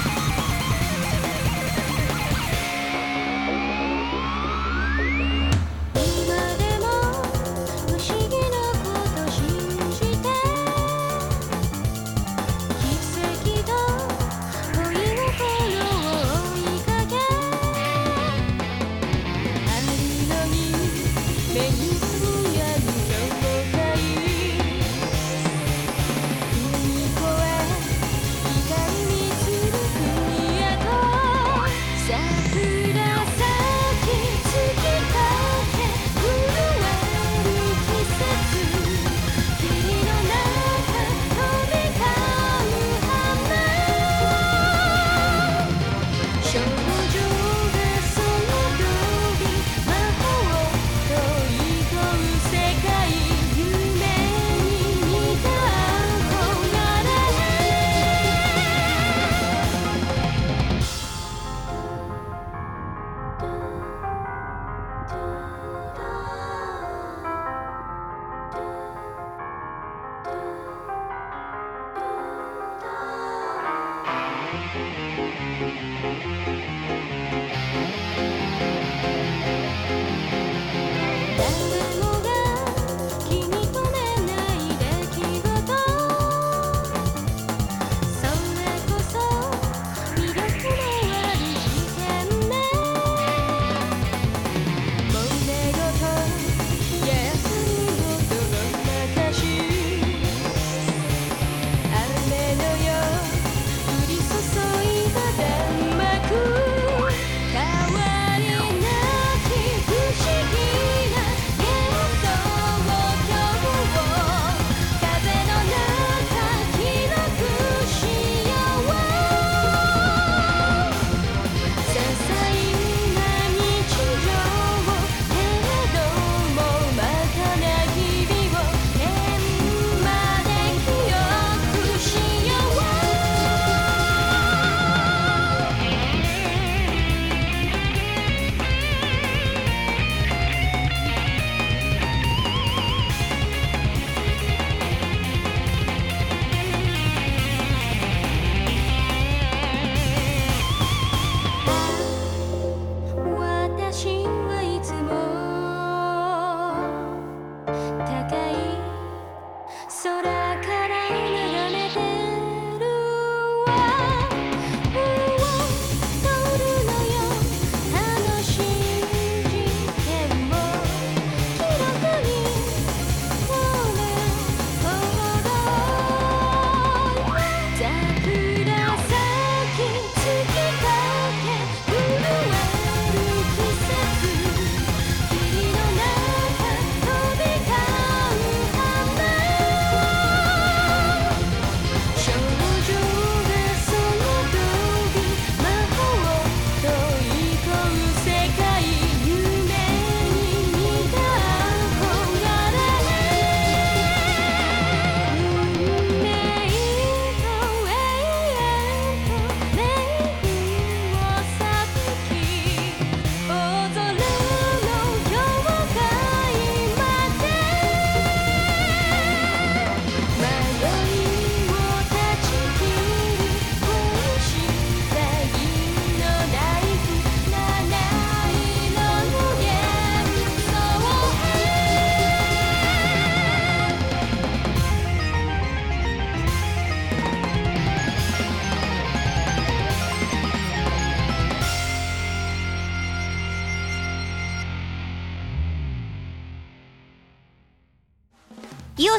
Speaker 7: イオ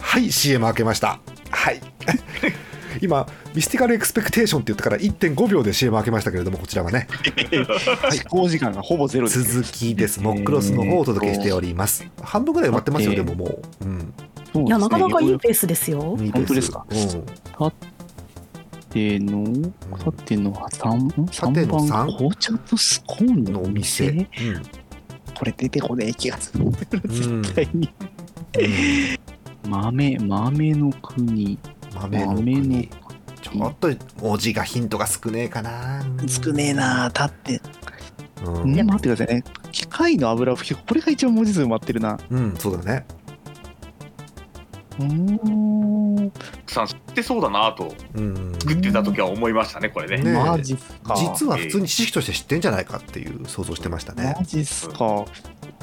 Speaker 1: はい CM 開けましたはい 今ミスティカルエクスペクテーションって言ったから1.5秒で CM 開けましたけれどもこちらはね
Speaker 4: 飛行時間がほぼゼロです
Speaker 1: 続きですモックロスの方をお届けしております半分ぐらい埋まってますよでももう、うん、
Speaker 4: そう
Speaker 5: い
Speaker 4: で
Speaker 5: や、
Speaker 4: すね
Speaker 5: なかなかいいペースですよ。
Speaker 1: いい
Speaker 4: 本当ですか
Speaker 1: うん
Speaker 4: 縦の縦の三
Speaker 1: 縦
Speaker 4: 三
Speaker 1: の
Speaker 4: 番
Speaker 1: 三
Speaker 4: 紅茶とスコーン
Speaker 1: の
Speaker 4: の
Speaker 1: お
Speaker 4: お
Speaker 1: 店、
Speaker 4: 店これ出てこねえ気がする
Speaker 1: うん
Speaker 4: 絶対に豆豆の国
Speaker 1: 豆の
Speaker 4: 豆の
Speaker 1: 国ちょっと文字がヒントが少ねえかな
Speaker 4: 少ねえな立って
Speaker 1: うん
Speaker 4: うん待ってくださいね機械の油吹きこれが一番文字数埋まってるな
Speaker 1: うん、そうだね
Speaker 4: うーん
Speaker 3: さん知ってそうだなと
Speaker 1: うん
Speaker 3: 作ってた時は思いましたねこれね
Speaker 1: ねえ
Speaker 4: マジっすか
Speaker 1: 実は普通に知識として知ってんじゃないかっていう想像してましたね
Speaker 4: マジっすか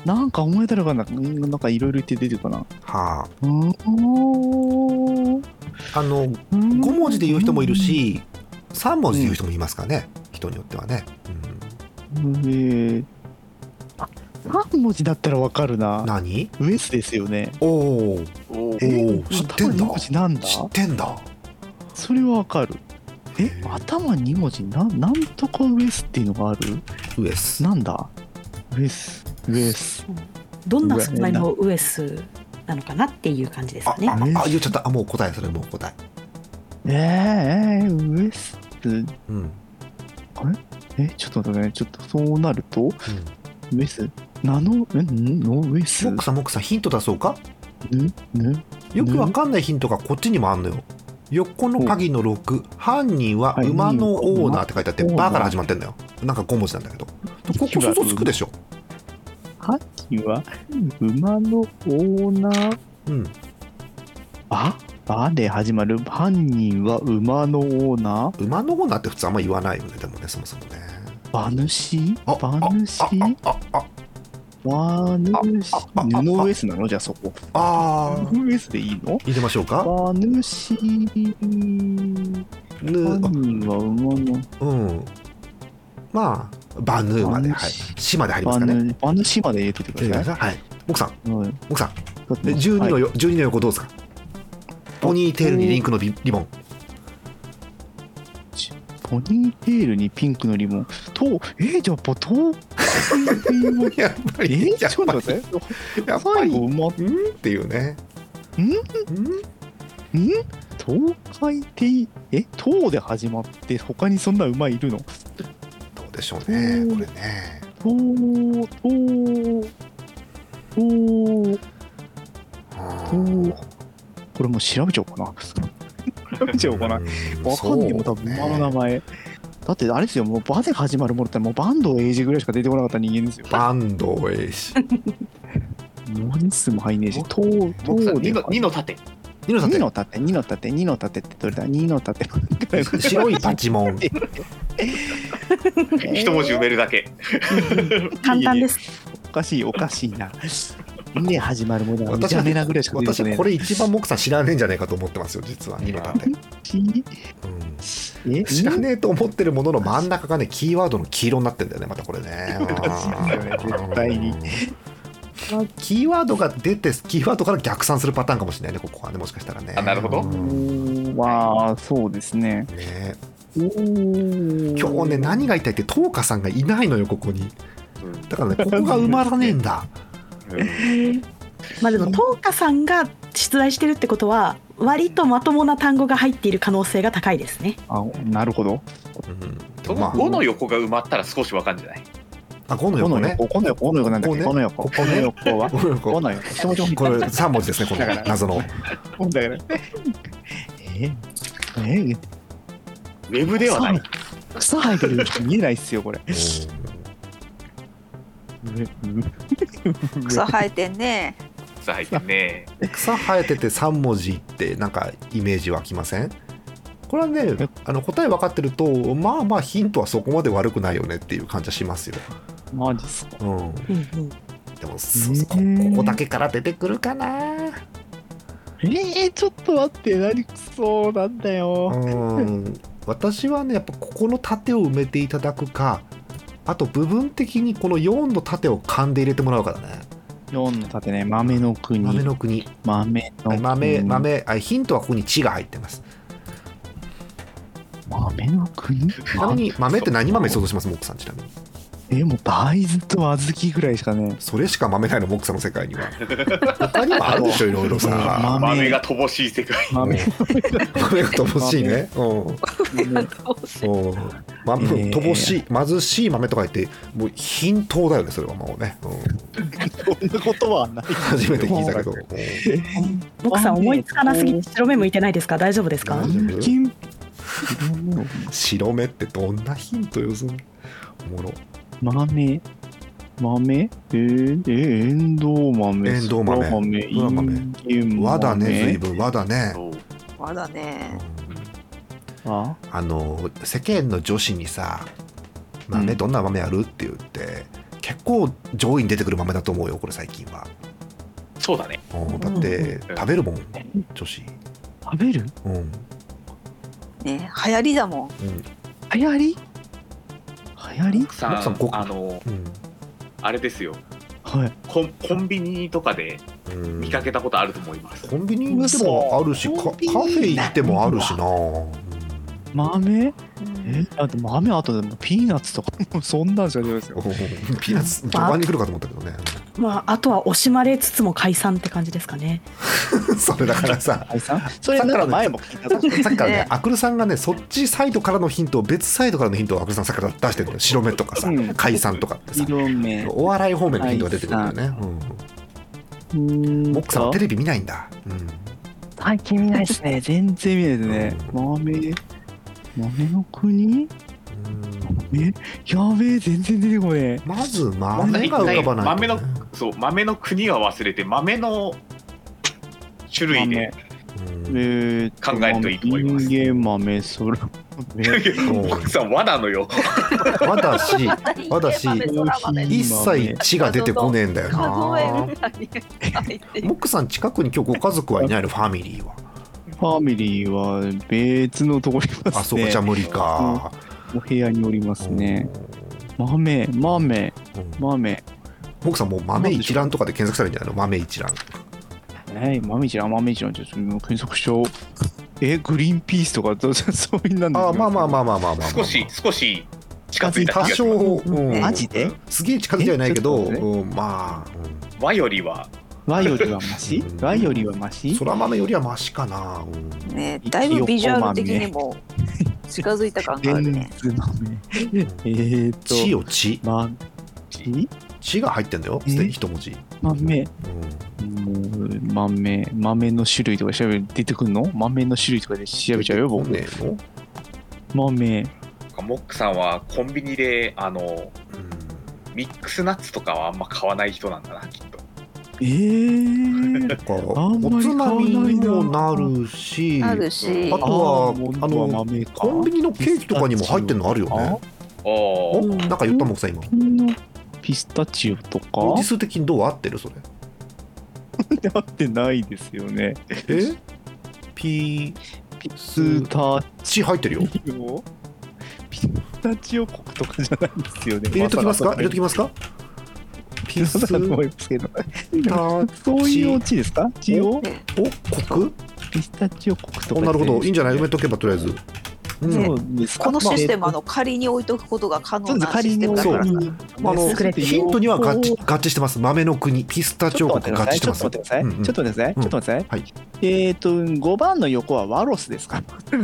Speaker 4: なんか思い出るかなうんなんかいろいろ言って出てるかな
Speaker 1: は
Speaker 4: うーん
Speaker 1: ああの5文字で言う人もいるし3文字で言う人もいますからね人によってはね、
Speaker 4: うんえーあ三文字だったらわかる
Speaker 1: う、
Speaker 4: なん
Speaker 1: 何
Speaker 4: ウエスですよね
Speaker 1: おお
Speaker 3: お
Speaker 1: お
Speaker 3: ー
Speaker 1: お知ってんだ
Speaker 4: 頭2文字なんだ
Speaker 1: 知ってんだ
Speaker 4: それはわかるえ
Speaker 1: へー
Speaker 4: 頭2文字ななんとかウエスっていうのがある
Speaker 1: ウエス
Speaker 4: なんだウエスウエス
Speaker 5: どんな素材のウエスなのかなっていう感じです
Speaker 1: あ
Speaker 5: かね
Speaker 1: あ。あ言っちゃったあもう答えそれもう答え
Speaker 4: えー、えーウエス
Speaker 1: うん、
Speaker 4: えちょっと待ってねちょっとそうなるとウエスナノえんノウエス
Speaker 1: モックさんモックさんヒント出そうか
Speaker 4: ぬぬ
Speaker 1: よくわかんないヒントがこっちにもあんのよ横の鍵の6犯人は馬のオーナーって書いてあって
Speaker 4: はい
Speaker 1: バーから始まってんだよなんか5文字なんだけどここ想像つくでしょ
Speaker 4: 犯人は馬のオーナー
Speaker 1: うん
Speaker 4: ああで始まる犯人は馬のオーナー
Speaker 1: 馬のオーナーって普通あんま言わないよねでもねそもそもね
Speaker 4: 馬主
Speaker 1: あ
Speaker 4: 馬主
Speaker 1: あああ
Speaker 4: 馬主
Speaker 1: あああ
Speaker 4: 布ウエスなのじゃあそこ
Speaker 1: あー
Speaker 4: 布ウエスでいいの
Speaker 1: 入れましょうか
Speaker 4: 馬主
Speaker 1: ぬ
Speaker 4: 犯人は馬の
Speaker 1: うんまあバヌーまで
Speaker 4: 馬主
Speaker 1: はい市まで入ります
Speaker 4: 馬
Speaker 1: かね
Speaker 4: 主馬主まで入れててくださ
Speaker 1: はいモックさん
Speaker 4: い。はい
Speaker 1: モックさん
Speaker 4: だって
Speaker 1: え12の
Speaker 4: はい
Speaker 1: よ12の横どうですかポニーテールにリンクのビリボン
Speaker 4: ポニーテールにピンクのリボン。と、えー、じゃあ、ポトー。
Speaker 1: やっぱ
Speaker 4: え
Speaker 1: り、
Speaker 4: ー、ち
Speaker 1: やっ
Speaker 4: ょっと
Speaker 1: ぱ
Speaker 4: 待っ
Speaker 1: り
Speaker 4: て。
Speaker 1: やっぱ
Speaker 4: 最
Speaker 1: り
Speaker 4: 後、
Speaker 1: う
Speaker 4: 馬、ん
Speaker 1: んっていうね。うん
Speaker 4: 東海テイ、え、東で始まって、他にそんな馬いるの
Speaker 1: どうでしょうね、
Speaker 4: うん
Speaker 1: これね。
Speaker 4: 東、東、東、
Speaker 1: うん
Speaker 4: これもう調べちゃおうかな。調べちゃおうかな。わかんねえもん、多分馬の
Speaker 1: そ
Speaker 4: 名。
Speaker 1: うね
Speaker 4: 前。だってあれですよ、もうバで始まるものってもうバンドエイジぐらいしか出てこなかった人間ですよ。
Speaker 1: バンドウェイシ。
Speaker 4: 文字数も入んねえし、東、
Speaker 3: 僕さ
Speaker 4: 東
Speaker 3: 二
Speaker 4: で
Speaker 3: の二の縦
Speaker 1: ニノさんっ
Speaker 4: 二
Speaker 1: て
Speaker 4: の盾二の盾二の盾ってどれだ二の盾
Speaker 1: 白いパチモン。
Speaker 3: 一文字埋めるだけ
Speaker 5: 簡単です。
Speaker 4: おかしいおかしいなね始まるものは
Speaker 1: 私
Speaker 4: じ
Speaker 1: は
Speaker 4: ゃめなぐらいしか出てこね
Speaker 1: 私これ一番モクさん知らねえんじゃないかと思ってますよ、実はニノさんって。うん
Speaker 4: え
Speaker 1: 知らねえと思ってるものの真ん中がね、キーワードの黄色になってんだよね、またこれね。
Speaker 4: しいよね絶対に
Speaker 1: うん。キーワードが出て、キーワードから逆算するパターンかもしれないね、ここはね、もしかしたらね。
Speaker 3: あなるほど
Speaker 1: うん
Speaker 4: えまあそうですね
Speaker 1: ね今
Speaker 4: 今
Speaker 1: 日ね何が言いたいって東花さんがいないのよここにだからねここが埋まらねえんだ
Speaker 5: まあでも、トーカさんが出題してるってことは、割とまともな単語が入っている可能性が高いですね。
Speaker 4: あなるほど
Speaker 1: うんで
Speaker 3: そ
Speaker 1: もま
Speaker 3: の五の横が埋まったら少しわかんじゃない
Speaker 1: ああ5の
Speaker 4: こ
Speaker 1: 横
Speaker 4: の
Speaker 1: ね
Speaker 4: 横この横この横なんだっけ
Speaker 1: ここ
Speaker 4: こ
Speaker 1: ね
Speaker 4: の横
Speaker 1: こ
Speaker 4: こ
Speaker 1: こ
Speaker 4: の
Speaker 1: ね
Speaker 4: 横は
Speaker 1: 5の
Speaker 4: こ
Speaker 1: 横
Speaker 4: の横一文字も
Speaker 1: これ3文字ですねこの
Speaker 4: だ から
Speaker 1: 謎の
Speaker 4: だからええ
Speaker 3: ウェブではない
Speaker 4: 草生えてる人見えないっすよこれ
Speaker 1: う
Speaker 2: 草生えてんね
Speaker 8: 草入ってんね。
Speaker 1: 草生えてて3文字ってなんかイメージ湧きませんこれはねあの答え分かってるとまあまあヒントはそこまで悪くないよねっていう感じはしますよ、
Speaker 4: マジっすか。
Speaker 1: うん、
Speaker 5: うんうん
Speaker 1: でもそこここだけから出てくるかな
Speaker 4: えー、ちょっと待って、何くそうなんだ
Speaker 1: う
Speaker 4: よ。
Speaker 1: ん私はねやっぱここの縦を埋めていただくかあと部分的にこの4の縦を噛んで入れてもらうからね
Speaker 4: 4の盾ね、豆の国。
Speaker 1: 豆の国
Speaker 4: 豆の
Speaker 1: は
Speaker 4: 国。
Speaker 1: い豆豆あヒントはここに「地」が入ってます
Speaker 4: 豆の国
Speaker 1: ちなみに豆って何豆想像しますモックさんちなみに
Speaker 4: え、もう大豆と小豆ぐらいしかね。
Speaker 1: それしか豆ないのモックさんの世界には 他にもあるでしょいろいろさ
Speaker 4: 豆
Speaker 3: 豆が乏しい世界
Speaker 4: 豆
Speaker 1: 豆が乏しいねうん
Speaker 4: 豆
Speaker 1: うんま
Speaker 4: えー
Speaker 1: 乏しい貧しい豆とか言ってもう貧乏だよねそれはもうね、うん
Speaker 4: そんなことはない。
Speaker 1: 初めて聞いたけどうん
Speaker 5: 僕さん思いつかなすぎて白目向いてないですか大丈夫ですか
Speaker 1: 大丈夫
Speaker 4: 金
Speaker 1: 白目ってどんなヒントよそんなおもろ
Speaker 4: 豆豆えー、えー、エンドウ豆
Speaker 1: エンドウ豆
Speaker 4: そら豆
Speaker 1: そら豆
Speaker 4: インゲン豆
Speaker 1: 和だね随分和だね
Speaker 3: そう
Speaker 2: まだね
Speaker 4: あ
Speaker 1: あの世間の女子にさ豆
Speaker 4: うん
Speaker 1: どんな豆あるって言って結構上位に出てくる豆だと思うよこれ最近は
Speaker 8: そうだね。
Speaker 1: うんだって
Speaker 3: うん
Speaker 1: 食べるもん女子
Speaker 4: 食べる
Speaker 1: うん、う
Speaker 2: ね流行りだもん
Speaker 1: ん
Speaker 4: 流行り流行り
Speaker 8: 奥さ
Speaker 1: 奥さんご
Speaker 8: ん、あの、
Speaker 1: う
Speaker 8: あれですよ。
Speaker 4: はい
Speaker 8: コンコンビニとかで
Speaker 1: んうん、
Speaker 8: 見かけたことあると思います。
Speaker 1: コンビニでもあるしかカ
Speaker 4: 嘘
Speaker 1: フェ行ってもあるしな、うん
Speaker 4: 豆えだって豆あとでもピーナッツとかもうそんなんじゃないですよ
Speaker 1: ピーナッツ序盤に来るかと思ったけどね
Speaker 5: まああとは惜しまれつつも解散って感じですかね
Speaker 1: それだからさ
Speaker 4: 解散それ
Speaker 1: さっ
Speaker 4: な
Speaker 1: きか
Speaker 4: ん
Speaker 1: ら
Speaker 4: か
Speaker 1: ね
Speaker 4: 前も聞いたこと
Speaker 1: さっきからね
Speaker 2: ね
Speaker 1: アクルさんがねそっちサイドからのヒントを別サイドからのヒントをアクルさんさっきから出してるのよ白目とかさ
Speaker 4: うん
Speaker 1: 解散とかってさ
Speaker 4: 色目
Speaker 1: お笑い方面のヒントが出てくるんだよね、うん、モックさんはテレビ見ないんだ、うん、
Speaker 4: 最近見ないですね全然見ないですね豆豆の国
Speaker 1: うん
Speaker 4: ねやべえ全然出てこねえ
Speaker 1: まず豆が浮かばない
Speaker 3: 豆のそう豆の国は忘れて豆の種類で
Speaker 1: うん
Speaker 4: えーと、
Speaker 3: 考えるといいと思います
Speaker 4: 人間豆 そら豆
Speaker 1: うん
Speaker 3: 奥さん和なのよ
Speaker 1: まだし私一切
Speaker 4: 豆
Speaker 1: 血が出てこねえんだよ
Speaker 2: 数え
Speaker 1: な
Speaker 2: るなり入って
Speaker 1: モックさん近くに今日ご家族はいないのファミリーは
Speaker 4: ファミリーは別のところにいますね
Speaker 1: あそうかじゃあ無理か、
Speaker 4: お部屋におりますね
Speaker 1: う
Speaker 4: 豆豆
Speaker 1: んうん
Speaker 4: 豆
Speaker 1: モックさんもう豆一覧とかで検索したらいいんじゃないの豆一覧
Speaker 4: えー、豆じゃん豆じゃんちょっと検索しちゃおうえグリーンピースとかどう そういうなんです
Speaker 1: あまあまあま
Speaker 4: あ
Speaker 1: あまあまあまあまあ
Speaker 3: 少し少し近づいた気
Speaker 1: 多
Speaker 3: がし
Speaker 1: 少、
Speaker 3: ます
Speaker 1: うん、
Speaker 4: マジです
Speaker 1: げえ近づきはないけど、
Speaker 4: えちょっと待
Speaker 1: うんまあ、う
Speaker 3: 和よりは
Speaker 4: 和よりはマシ
Speaker 1: うん
Speaker 4: 和よりはマ
Speaker 1: ん、
Speaker 4: シ
Speaker 1: 空豆よりはマシかな、うん
Speaker 2: ねだいぶビジュアル的にも近づいた感があるね
Speaker 4: 全然豆えーと
Speaker 1: 血よ血
Speaker 4: ま血
Speaker 1: 血が入ってんだよ
Speaker 4: え
Speaker 1: 捨て一文字、
Speaker 4: 豆
Speaker 1: う
Speaker 4: もう豆豆の種類とか調べ出てくんの豆の種類とかで調べちゃうよ
Speaker 1: ん、
Speaker 4: 僕
Speaker 1: ねえの、
Speaker 4: 豆
Speaker 3: モックさんはコンビニであのミックスナッツとかはあんま買わない人なんだなきっと
Speaker 4: えー、あ
Speaker 1: うん、
Speaker 4: ん
Speaker 1: だからお
Speaker 4: まり
Speaker 1: つ
Speaker 4: 変わ
Speaker 1: ま
Speaker 4: らない
Speaker 1: み
Speaker 4: な
Speaker 1: にもなるし
Speaker 2: あるし
Speaker 1: あとは
Speaker 4: あー
Speaker 1: あの
Speaker 4: 今度は豆か
Speaker 1: コンビニのケーキとかにも入ってるのあるよね
Speaker 3: あ
Speaker 1: お
Speaker 3: あ
Speaker 1: なんか言ったもんさ今
Speaker 4: ピスタチオとか
Speaker 1: 文字数的にどう合ってるそれ
Speaker 4: 合ってないですよね
Speaker 1: えピー
Speaker 4: ピスタ
Speaker 1: 血入ってるよ
Speaker 4: チオピスタチオ国とかじゃないですよね
Speaker 1: 入れときますか入れとき
Speaker 4: ま
Speaker 1: ますかピー
Speaker 4: す
Speaker 1: スタ
Speaker 4: と思いますけどそういうオチですかチオ
Speaker 1: お国
Speaker 4: ピスタチオ国と
Speaker 1: お
Speaker 4: か
Speaker 1: なるほどいいんじゃない埋
Speaker 4: そ
Speaker 1: めとけばとりあえずうん
Speaker 4: うですか
Speaker 2: このシステムあ
Speaker 4: の
Speaker 2: の仮に置いとくことが可
Speaker 4: そ
Speaker 2: 能
Speaker 4: うで
Speaker 2: な
Speaker 4: す
Speaker 2: シ
Speaker 4: 仮
Speaker 2: ステ
Speaker 4: に
Speaker 2: ムだから
Speaker 1: そ
Speaker 2: さ
Speaker 1: うあの
Speaker 5: 作れてる
Speaker 1: ヒントには合致合致してます豆の国ピスタチ
Speaker 4: ちょ
Speaker 1: オ
Speaker 4: っと
Speaker 1: 国
Speaker 4: 待って
Speaker 1: 合
Speaker 4: く
Speaker 1: 致して
Speaker 4: ださい。ちょ
Speaker 1: ま
Speaker 4: っ
Speaker 1: す
Speaker 4: と待ってください。
Speaker 1: うんうん
Speaker 4: ちょっと待ってください。ちょっと待ってくださ
Speaker 1: はいい。
Speaker 4: えっと5番の横はワロスで すか。
Speaker 1: この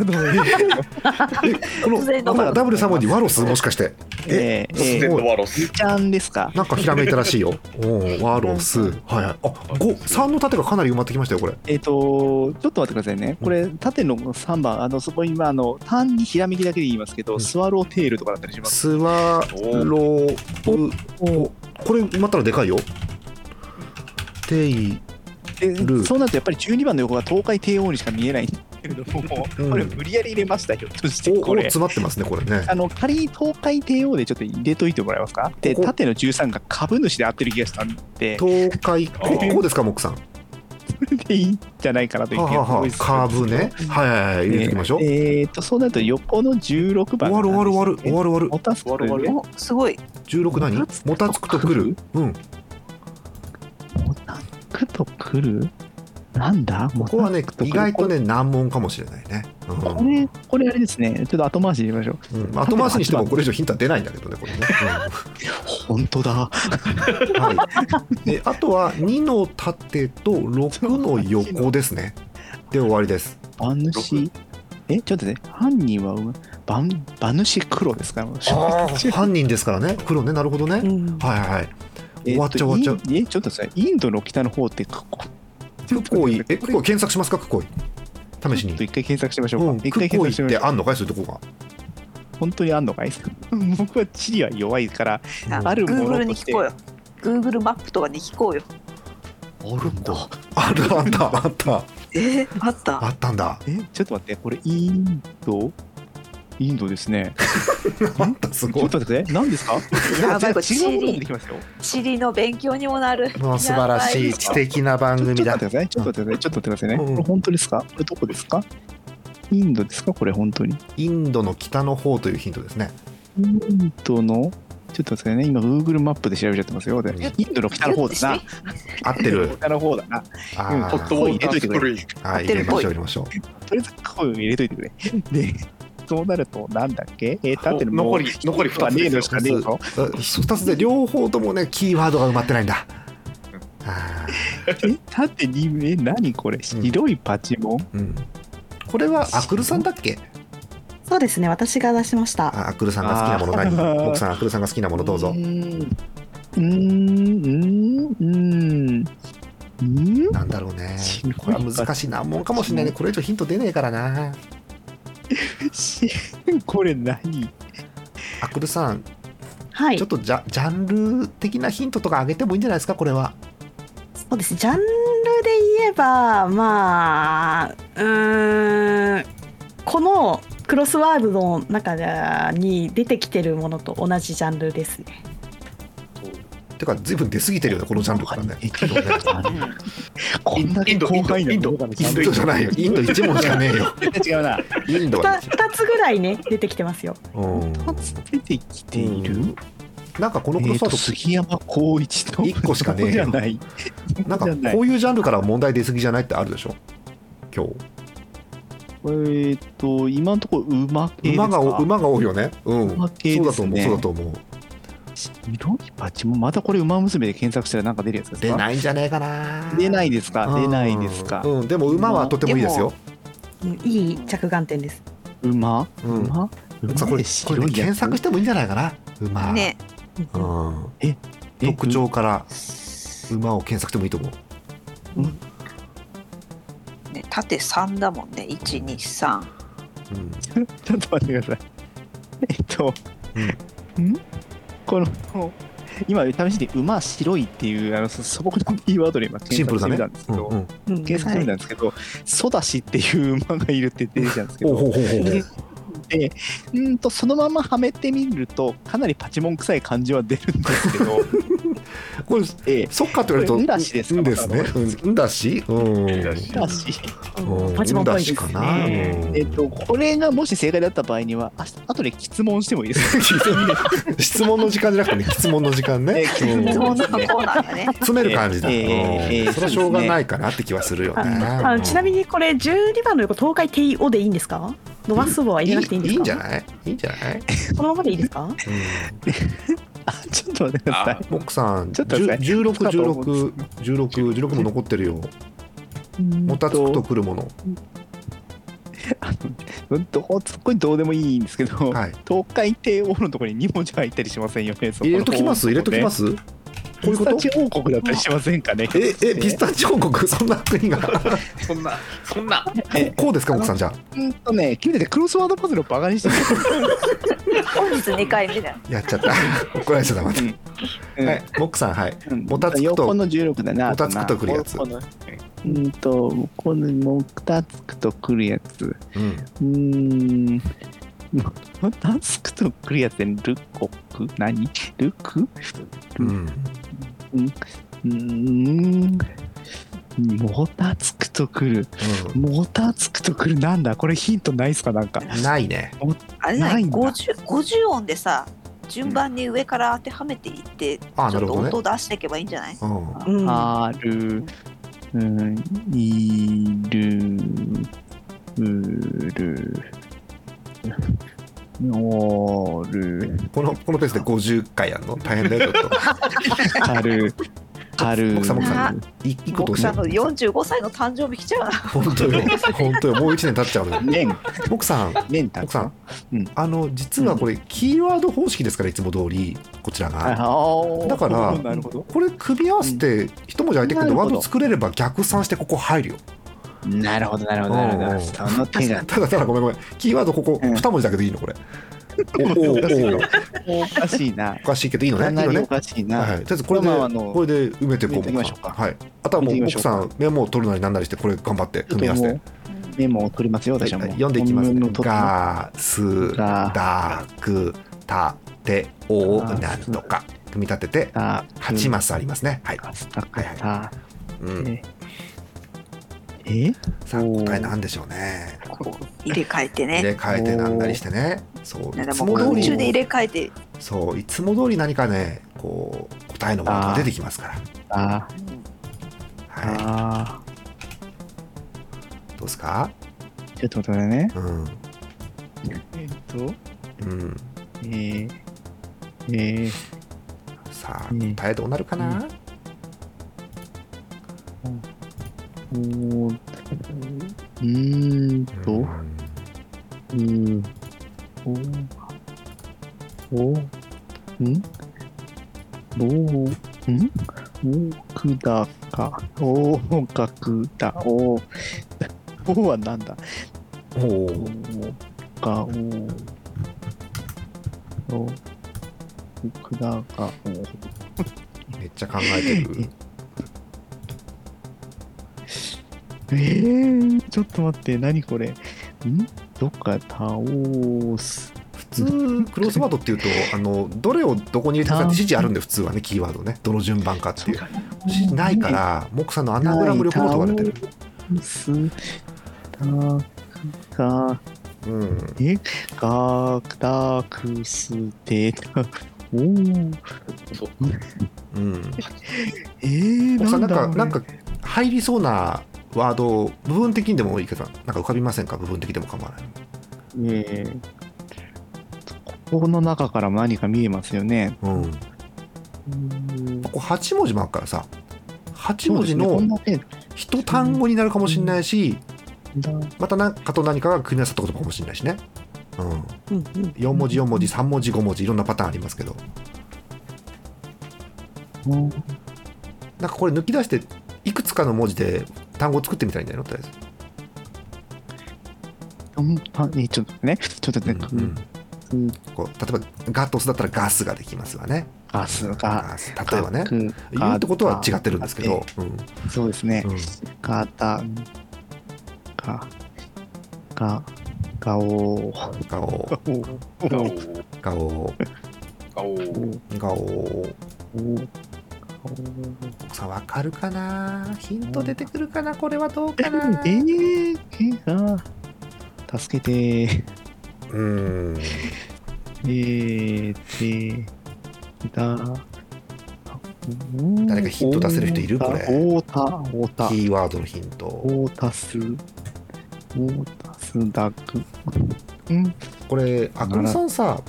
Speaker 2: 突然の
Speaker 1: このダブルサ文字ワロスもしかして
Speaker 4: えー
Speaker 3: 突
Speaker 1: す
Speaker 4: えー
Speaker 3: 然
Speaker 1: ごい
Speaker 3: のワロ
Speaker 4: リ
Speaker 3: ス
Speaker 4: ちゃんですか。
Speaker 1: なんかひらめいたらしいよおーワロスはいはいあ五三の縦がかなり埋まってきましたよこれ
Speaker 4: えっ、と、ちょっと待ってくださいね。これ、縦の3番、あの、そこ今、あの、単にひらめきだけで言いますけど、
Speaker 1: うん
Speaker 4: スワローテールとかだったりします。
Speaker 1: スワロープこれ埋まったらでかいよテイルー
Speaker 4: でそうなるとやっぱり12番の横が東海帝王にしか見えないんだけれども、
Speaker 1: うん
Speaker 4: これ無理やり入れましたひょっとして
Speaker 1: お
Speaker 4: こ
Speaker 1: お
Speaker 4: れ
Speaker 1: 詰まってますねこれね
Speaker 4: あの仮に東海帝王でちょっと入れといてもらえますかで
Speaker 1: ここ
Speaker 4: 縦の13が株主で合ってる気がしたん でこ
Speaker 1: 東海ここうですかモックさんは
Speaker 4: れでいいんじゃないかなという
Speaker 1: あ
Speaker 4: 気が
Speaker 1: は
Speaker 4: す
Speaker 1: あは
Speaker 4: ご
Speaker 1: いあ
Speaker 4: する
Speaker 1: カーブねはいはいはい入れていきましょう
Speaker 4: えーえーっとそうなると横の16
Speaker 1: 終
Speaker 4: 番
Speaker 1: わる終わる終わる終
Speaker 4: る
Speaker 1: わる終わる
Speaker 4: もたすく
Speaker 8: 終わる
Speaker 2: おすごい
Speaker 1: 16何
Speaker 4: もたつくと
Speaker 1: もたつくとくるうん
Speaker 4: もたすくとくるなんだ
Speaker 1: ここはね
Speaker 4: もたすくくる
Speaker 1: 意外とね難問かもしれないね
Speaker 4: これこれあれですねちょっと後回しで言いましょ
Speaker 1: う
Speaker 4: う
Speaker 1: んうん後回しにしてもこれ以上ヒントは出ないんだけどねこれね
Speaker 4: 本当だ
Speaker 1: うんはいであとは2の縦と6の横ですねで終わりです
Speaker 4: 馬主えちょっとね犯人は馬馬馬主黒ですから
Speaker 1: あー犯人ですからね黒ねなるほどね
Speaker 5: うん
Speaker 1: はいはいはい終わっちゃう
Speaker 4: え
Speaker 1: 終わっ
Speaker 4: とインえちょっとさインドの北の方ってここ
Speaker 1: クコイえクコイ検索しますかクコイ試し
Speaker 4: ちょっと
Speaker 1: に
Speaker 4: 一回検索してみましょ
Speaker 1: う
Speaker 4: うんか。一、
Speaker 1: ク
Speaker 4: 回
Speaker 1: コ
Speaker 4: 検
Speaker 1: イ
Speaker 4: 索して
Speaker 1: っ
Speaker 4: みましてょう。
Speaker 1: あんのかいそういうとこが
Speaker 4: 本当にあんのかい 僕は地理は弱いから、
Speaker 2: あ
Speaker 4: あるも
Speaker 2: Google
Speaker 4: のと
Speaker 2: に
Speaker 4: し
Speaker 2: 聞
Speaker 4: て
Speaker 2: こうよ Google マップとかに聞こうよ
Speaker 4: あるんだ。
Speaker 1: あるあったあった
Speaker 2: えー、あった
Speaker 1: あったんだ
Speaker 4: え、ちょっと待って、これインドインドですね。
Speaker 1: あったす
Speaker 4: ちょ
Speaker 1: ご
Speaker 4: っ
Speaker 1: い
Speaker 4: と待って、何です か
Speaker 2: やばいこれ
Speaker 4: 違うものができますよ。
Speaker 2: 地理の勉強にもなる
Speaker 1: もう素晴らしい知的な番
Speaker 4: ちょちょ
Speaker 1: 組
Speaker 4: っと待っ
Speaker 1: だ
Speaker 4: てください。ちょっと待ってください。ちょっと待ってくださいね。
Speaker 1: うん
Speaker 4: これ本当ですかこれどこですかインドですかこれ本当に。
Speaker 1: インドの北の方というヒントですね
Speaker 4: インドの、ちょっと待ってくださいね。今、Google マップで調べちゃってますよ。でインドの北の方だな。
Speaker 1: 合って る
Speaker 4: 北の方だな。
Speaker 1: あ
Speaker 4: う
Speaker 8: ホ
Speaker 4: ん
Speaker 8: ッ
Speaker 1: ー
Speaker 8: トウォータースプリング
Speaker 1: はい
Speaker 2: 合って
Speaker 1: 入れ
Speaker 2: るっ
Speaker 1: ましょ
Speaker 2: ぽ
Speaker 1: う
Speaker 2: い
Speaker 1: 入れましょう
Speaker 4: とりあえず声を入れといてくれ。で、そうなると、なんだっけえー、縦のもう
Speaker 8: 残り残り
Speaker 4: は
Speaker 8: 2つ
Speaker 4: ねえ
Speaker 8: で
Speaker 4: の
Speaker 8: す
Speaker 4: し
Speaker 8: よ
Speaker 4: かねえの
Speaker 1: あ二つで両方ともねキーワードが埋まってないんだあ
Speaker 4: え、縦に、え、何これ白いパチモン、
Speaker 1: ーうんこれはアクルさんだっけ
Speaker 5: そうですね私が出しました
Speaker 1: あアクルさんが好きなもの何
Speaker 4: あー
Speaker 1: 僕さんアクルさんが好きなものどうぞ
Speaker 4: うーん、うーん、うーん、うーん
Speaker 1: なんだろうね
Speaker 4: すごい
Speaker 1: これは難しいなもんかもしれないねこれ以上ヒント出ねえからな
Speaker 4: しこれ何
Speaker 1: アクルさん
Speaker 5: はい
Speaker 1: ちょっとジャジャンル的なヒントとかあげてもいいんじゃないですかこれは
Speaker 5: そうですねジャンルで言えばまあうーんこのクロスワールドの中に出てきてるものと同じジャンルですね。
Speaker 1: てか随分出過ぎてるよねこのジャンルからね
Speaker 4: えちょっと待ってこんな
Speaker 8: インド
Speaker 4: 広範囲な
Speaker 8: インド
Speaker 4: 動画の
Speaker 1: インドじゃないよインド一問しかねえ よ
Speaker 4: 絶対違うな。
Speaker 1: インドは、
Speaker 5: 2,
Speaker 1: ね、
Speaker 5: つぐらいね出てきてますよ。
Speaker 1: うん
Speaker 4: 出てきている、
Speaker 1: うんなんかこのク
Speaker 4: え
Speaker 1: ロ
Speaker 4: ー
Speaker 1: スワ
Speaker 4: と
Speaker 1: ード
Speaker 4: 杉山浩一と
Speaker 1: 一個しかねえよ
Speaker 4: じゃない。
Speaker 1: なん
Speaker 4: じゃな
Speaker 1: か
Speaker 4: い
Speaker 1: こういうジャンルから問題出過ぎじゃないってあるでしょ今
Speaker 4: えーっと、今のところ馬
Speaker 1: 日
Speaker 4: 系ですか
Speaker 1: 馬がお馬が多いよねうん
Speaker 4: 馬系
Speaker 1: そうだ
Speaker 4: で
Speaker 1: と
Speaker 4: す
Speaker 1: 思う
Speaker 4: ね。
Speaker 1: そうだと思う
Speaker 4: 白いパチもまたこれ馬娘で検索したらなんか出るやつですか
Speaker 1: 出ないんじゃねえかな
Speaker 4: 出ないですか出ないですか
Speaker 1: うんうんでも馬はとてもいいですよ
Speaker 5: うんいい着眼点です。
Speaker 4: 馬
Speaker 1: うん
Speaker 4: 馬
Speaker 1: さあこれこ
Speaker 4: 馬で
Speaker 1: れ
Speaker 4: 白
Speaker 1: ね
Speaker 4: いや
Speaker 1: 検
Speaker 4: つ
Speaker 1: 索してもいいんじゃないかな馬
Speaker 2: ね
Speaker 1: うん
Speaker 4: え
Speaker 1: 特徴から馬を検索してもいいと思う
Speaker 2: ね縦3だもんね123
Speaker 1: うん
Speaker 4: うんちょっと待ってくださいえっとんこの今試しに馬白いっていうあのそ素朴なキーワードで今検
Speaker 1: シンプ
Speaker 4: 索
Speaker 1: ル
Speaker 4: し
Speaker 1: だ
Speaker 4: てみ
Speaker 1: ね
Speaker 4: たんですけ
Speaker 1: うん
Speaker 4: ど
Speaker 1: うん
Speaker 5: うん
Speaker 4: 検索してみたんですけどソダシっていう馬がいるって出てきたんですけ
Speaker 1: おう
Speaker 4: ど
Speaker 1: ほうほうほう
Speaker 4: ででうーんとそのままはめてみるとかなりパチモン臭い感じは出るんですけ ど
Speaker 1: これ
Speaker 4: ええ
Speaker 1: そっかって言われると
Speaker 4: これうんだしですか
Speaker 1: うんですねうんうんだしうん
Speaker 8: んだし
Speaker 4: だし
Speaker 1: うん
Speaker 5: パチモンっぽいです
Speaker 1: うんだしかな
Speaker 5: ね。
Speaker 1: うん
Speaker 4: えっと、これがもし正解だった場合には、あ後で質問してもいいですか
Speaker 1: 質問の時間じゃなくてね質問の時間ね
Speaker 4: え質問
Speaker 1: うん
Speaker 2: 質
Speaker 4: の
Speaker 2: 問のコーナー だね
Speaker 1: 詰める感じだ、
Speaker 4: ええええ
Speaker 1: うんそれはしょうがないかなって気はするよね
Speaker 5: ああのちなみにこれ12番の横東海帝王でいいんですか伸ばす棒は入れなくていいんですか
Speaker 1: いいんじゃないいいんじゃない、
Speaker 5: このままでいいですか
Speaker 1: う
Speaker 4: あちょっと待ってくださ
Speaker 8: あ。
Speaker 4: い
Speaker 1: ん、ボックさん
Speaker 4: ちょっと待って
Speaker 1: 十六
Speaker 4: ちょっ
Speaker 1: 十
Speaker 4: と待
Speaker 1: 六十六十六も残ってるよもたつくとくるもの
Speaker 4: あのどこ突っ込みどうでもいいんですけど、
Speaker 1: はい
Speaker 4: 東海帝王のところに2文字入ったりしませんよね。そこの
Speaker 1: 入れときます入れときますういうこ
Speaker 4: ピス
Speaker 1: と
Speaker 4: タチオ王国だったりしませんかね。
Speaker 1: ええピスタチオ王国そ んな国がこ
Speaker 3: そんな、そんな、
Speaker 4: え
Speaker 1: こうですか奥さんじゃあ
Speaker 4: うんとね、君たちクロスワードパズルをバカにしてる。
Speaker 2: 本日2回目だよ。
Speaker 1: やっち ゃった怒られちゃったまた、
Speaker 4: うん
Speaker 1: はいモックさんはい
Speaker 4: うん
Speaker 1: もたつくと
Speaker 4: 横の16だな。
Speaker 1: もたつくとくるやつ
Speaker 4: あなうんと、このもたつくとくるやつ。う
Speaker 1: うん
Speaker 4: ーん。 もたつくとくるやつねルコク何ルク
Speaker 1: うん
Speaker 4: うーん。もたつくとくる。もたつくとくる。なんだこれヒントないっすかなんか。
Speaker 1: うんないね
Speaker 2: あれじゃな
Speaker 4: ない
Speaker 2: い
Speaker 4: んだ
Speaker 2: 50 50音でさ順番に上から当てはめていって、
Speaker 1: あ
Speaker 2: ち
Speaker 1: な
Speaker 2: ょっ
Speaker 1: る
Speaker 2: と
Speaker 1: ほどね
Speaker 2: 音を出していけばいいんじゃない
Speaker 1: うん
Speaker 5: うん、
Speaker 4: ある、うん、いる、うる、おる、
Speaker 1: このこのペースで50回やんの大変だよちょっと
Speaker 4: かる、かる、
Speaker 1: 奥様奥様いいことを
Speaker 2: 僕
Speaker 1: しな
Speaker 2: さ
Speaker 1: い
Speaker 2: んの45歳の誕生日来ちゃうな
Speaker 1: 本当よ本当よもう1年経っちゃうのよ
Speaker 4: 年、
Speaker 1: 奥さん
Speaker 4: 年た
Speaker 1: 奥さん、
Speaker 4: うん
Speaker 1: あの実はこれキーワード方式ですからいつも通りこちらがだから
Speaker 4: なるほど。
Speaker 1: これ組み合わせて一文字空いてくると
Speaker 4: な
Speaker 1: ワー
Speaker 4: るほど
Speaker 1: ド作れれば逆算してここ入るよ
Speaker 4: なるほど、なるほど、なるほど
Speaker 1: おうおう
Speaker 4: その手が、
Speaker 1: ただただごめんごめんキーワードここ
Speaker 4: うん
Speaker 1: 2文字だけでいいのこれおおおお
Speaker 4: おかしいな
Speaker 1: お。かしいけどいいのね
Speaker 4: か
Speaker 1: いいの
Speaker 4: なりお
Speaker 1: ね
Speaker 4: かしい
Speaker 1: はいは
Speaker 4: な。
Speaker 1: いとりあえずこれで
Speaker 4: まあまああの
Speaker 1: これで埋めてこ
Speaker 4: 埋めていきましょう
Speaker 1: う
Speaker 4: か
Speaker 1: はいあとはも
Speaker 4: 埋
Speaker 1: う奥
Speaker 4: めていきましょう
Speaker 1: さんメモを取るなりなんなりしてこれ頑張って組み合わせて
Speaker 4: ちょっともうメモを取りますよ、
Speaker 1: はい
Speaker 4: 私はもう。
Speaker 1: 読んでいきます
Speaker 4: 本
Speaker 1: ね
Speaker 4: 文の。取っ
Speaker 1: ガース
Speaker 4: ガー
Speaker 1: ダークタテオなんとか組み立てて
Speaker 4: た
Speaker 1: 8マスありますね。はい。
Speaker 4: かたかた
Speaker 1: うん、
Speaker 4: え
Speaker 1: さあ答えなんでしょうね。
Speaker 2: こう入れ替えて
Speaker 1: 入
Speaker 2: ね
Speaker 1: れ替えてなんなりしてね。そう
Speaker 2: ないんか
Speaker 1: つ
Speaker 2: もう
Speaker 1: も
Speaker 2: 空
Speaker 1: 通
Speaker 2: 中で
Speaker 1: り
Speaker 2: 入れ替えて
Speaker 1: そういつも通り何かねこう答えのワードが出てきますから。
Speaker 4: あ
Speaker 1: は
Speaker 4: あ
Speaker 1: い。どうですか？
Speaker 4: ちょっと待ってね
Speaker 1: うん
Speaker 4: えっと
Speaker 1: うん。
Speaker 4: えー、えー、
Speaker 1: さあ
Speaker 4: うん
Speaker 1: 答えどうなるかな？
Speaker 4: おーうーんと
Speaker 1: うん
Speaker 4: うーんおーおーんぼーんおーくだかおーかくだおーおーはなんだ
Speaker 1: お
Speaker 4: お
Speaker 1: お。
Speaker 4: かおおくだか
Speaker 1: めっちゃ考えてる。
Speaker 4: えー、ちょっと待って何これんどっか倒す
Speaker 1: 普通クロスワードって いうとあのどれをどこに入れてくかって指示あるんで普通はねキーワードねどの順番かっていうしないからモクさんのアナグラム旅行と言われてる
Speaker 4: すたか
Speaker 1: うん
Speaker 4: かたくすてたおー
Speaker 1: うん
Speaker 4: えー、
Speaker 1: モクさん
Speaker 4: な
Speaker 1: なんん
Speaker 4: だ
Speaker 1: か
Speaker 4: これ
Speaker 1: なんか入りそうなワードを部分的にでもいいけどなんか浮かびませんか部分的でも構わない
Speaker 4: えーここの中から何か見えますよね。
Speaker 1: うんここ8文字もあるからさ8文字
Speaker 4: そうですねこん
Speaker 1: の
Speaker 4: なペ
Speaker 1: 一単語になるかもしれないし
Speaker 4: ージ
Speaker 1: また何かと何かが組み合わさったことかもしれないしねうん
Speaker 5: うんうん
Speaker 1: 4文字4文字3文字5文字いろんなパターンありますけど
Speaker 4: うん
Speaker 1: なんかこれ抜き出していくつかの文字で単語を作ってみたらいいんじゃないのとりあ
Speaker 4: うんあねちょっとね、ちょっと
Speaker 1: え
Speaker 4: ね、
Speaker 1: ず、
Speaker 4: うんうん
Speaker 1: こう例えばガトスだったらガスができますわね
Speaker 4: ガスが、
Speaker 1: ガス例えばね
Speaker 4: ガク
Speaker 1: 言うってことは違ってるんですけど、うん
Speaker 4: ガそうですね
Speaker 1: う。ん
Speaker 4: ガタ、ガ、ガ、ガオ
Speaker 1: 顔
Speaker 3: ガオ
Speaker 4: ー。
Speaker 3: ー、
Speaker 1: 顔
Speaker 3: ガオー、
Speaker 1: 顔奥さんわかるかなヒント出てくるかなこれはどうかな
Speaker 4: えー、えー、あ助けてー、
Speaker 1: うん
Speaker 4: えー、て、だ、
Speaker 1: 誰かヒント出せる人いるこれ
Speaker 4: おーた、おーた。
Speaker 1: キーワードのヒント
Speaker 4: オータス、オータスダク。うん、
Speaker 1: これあくみさんさ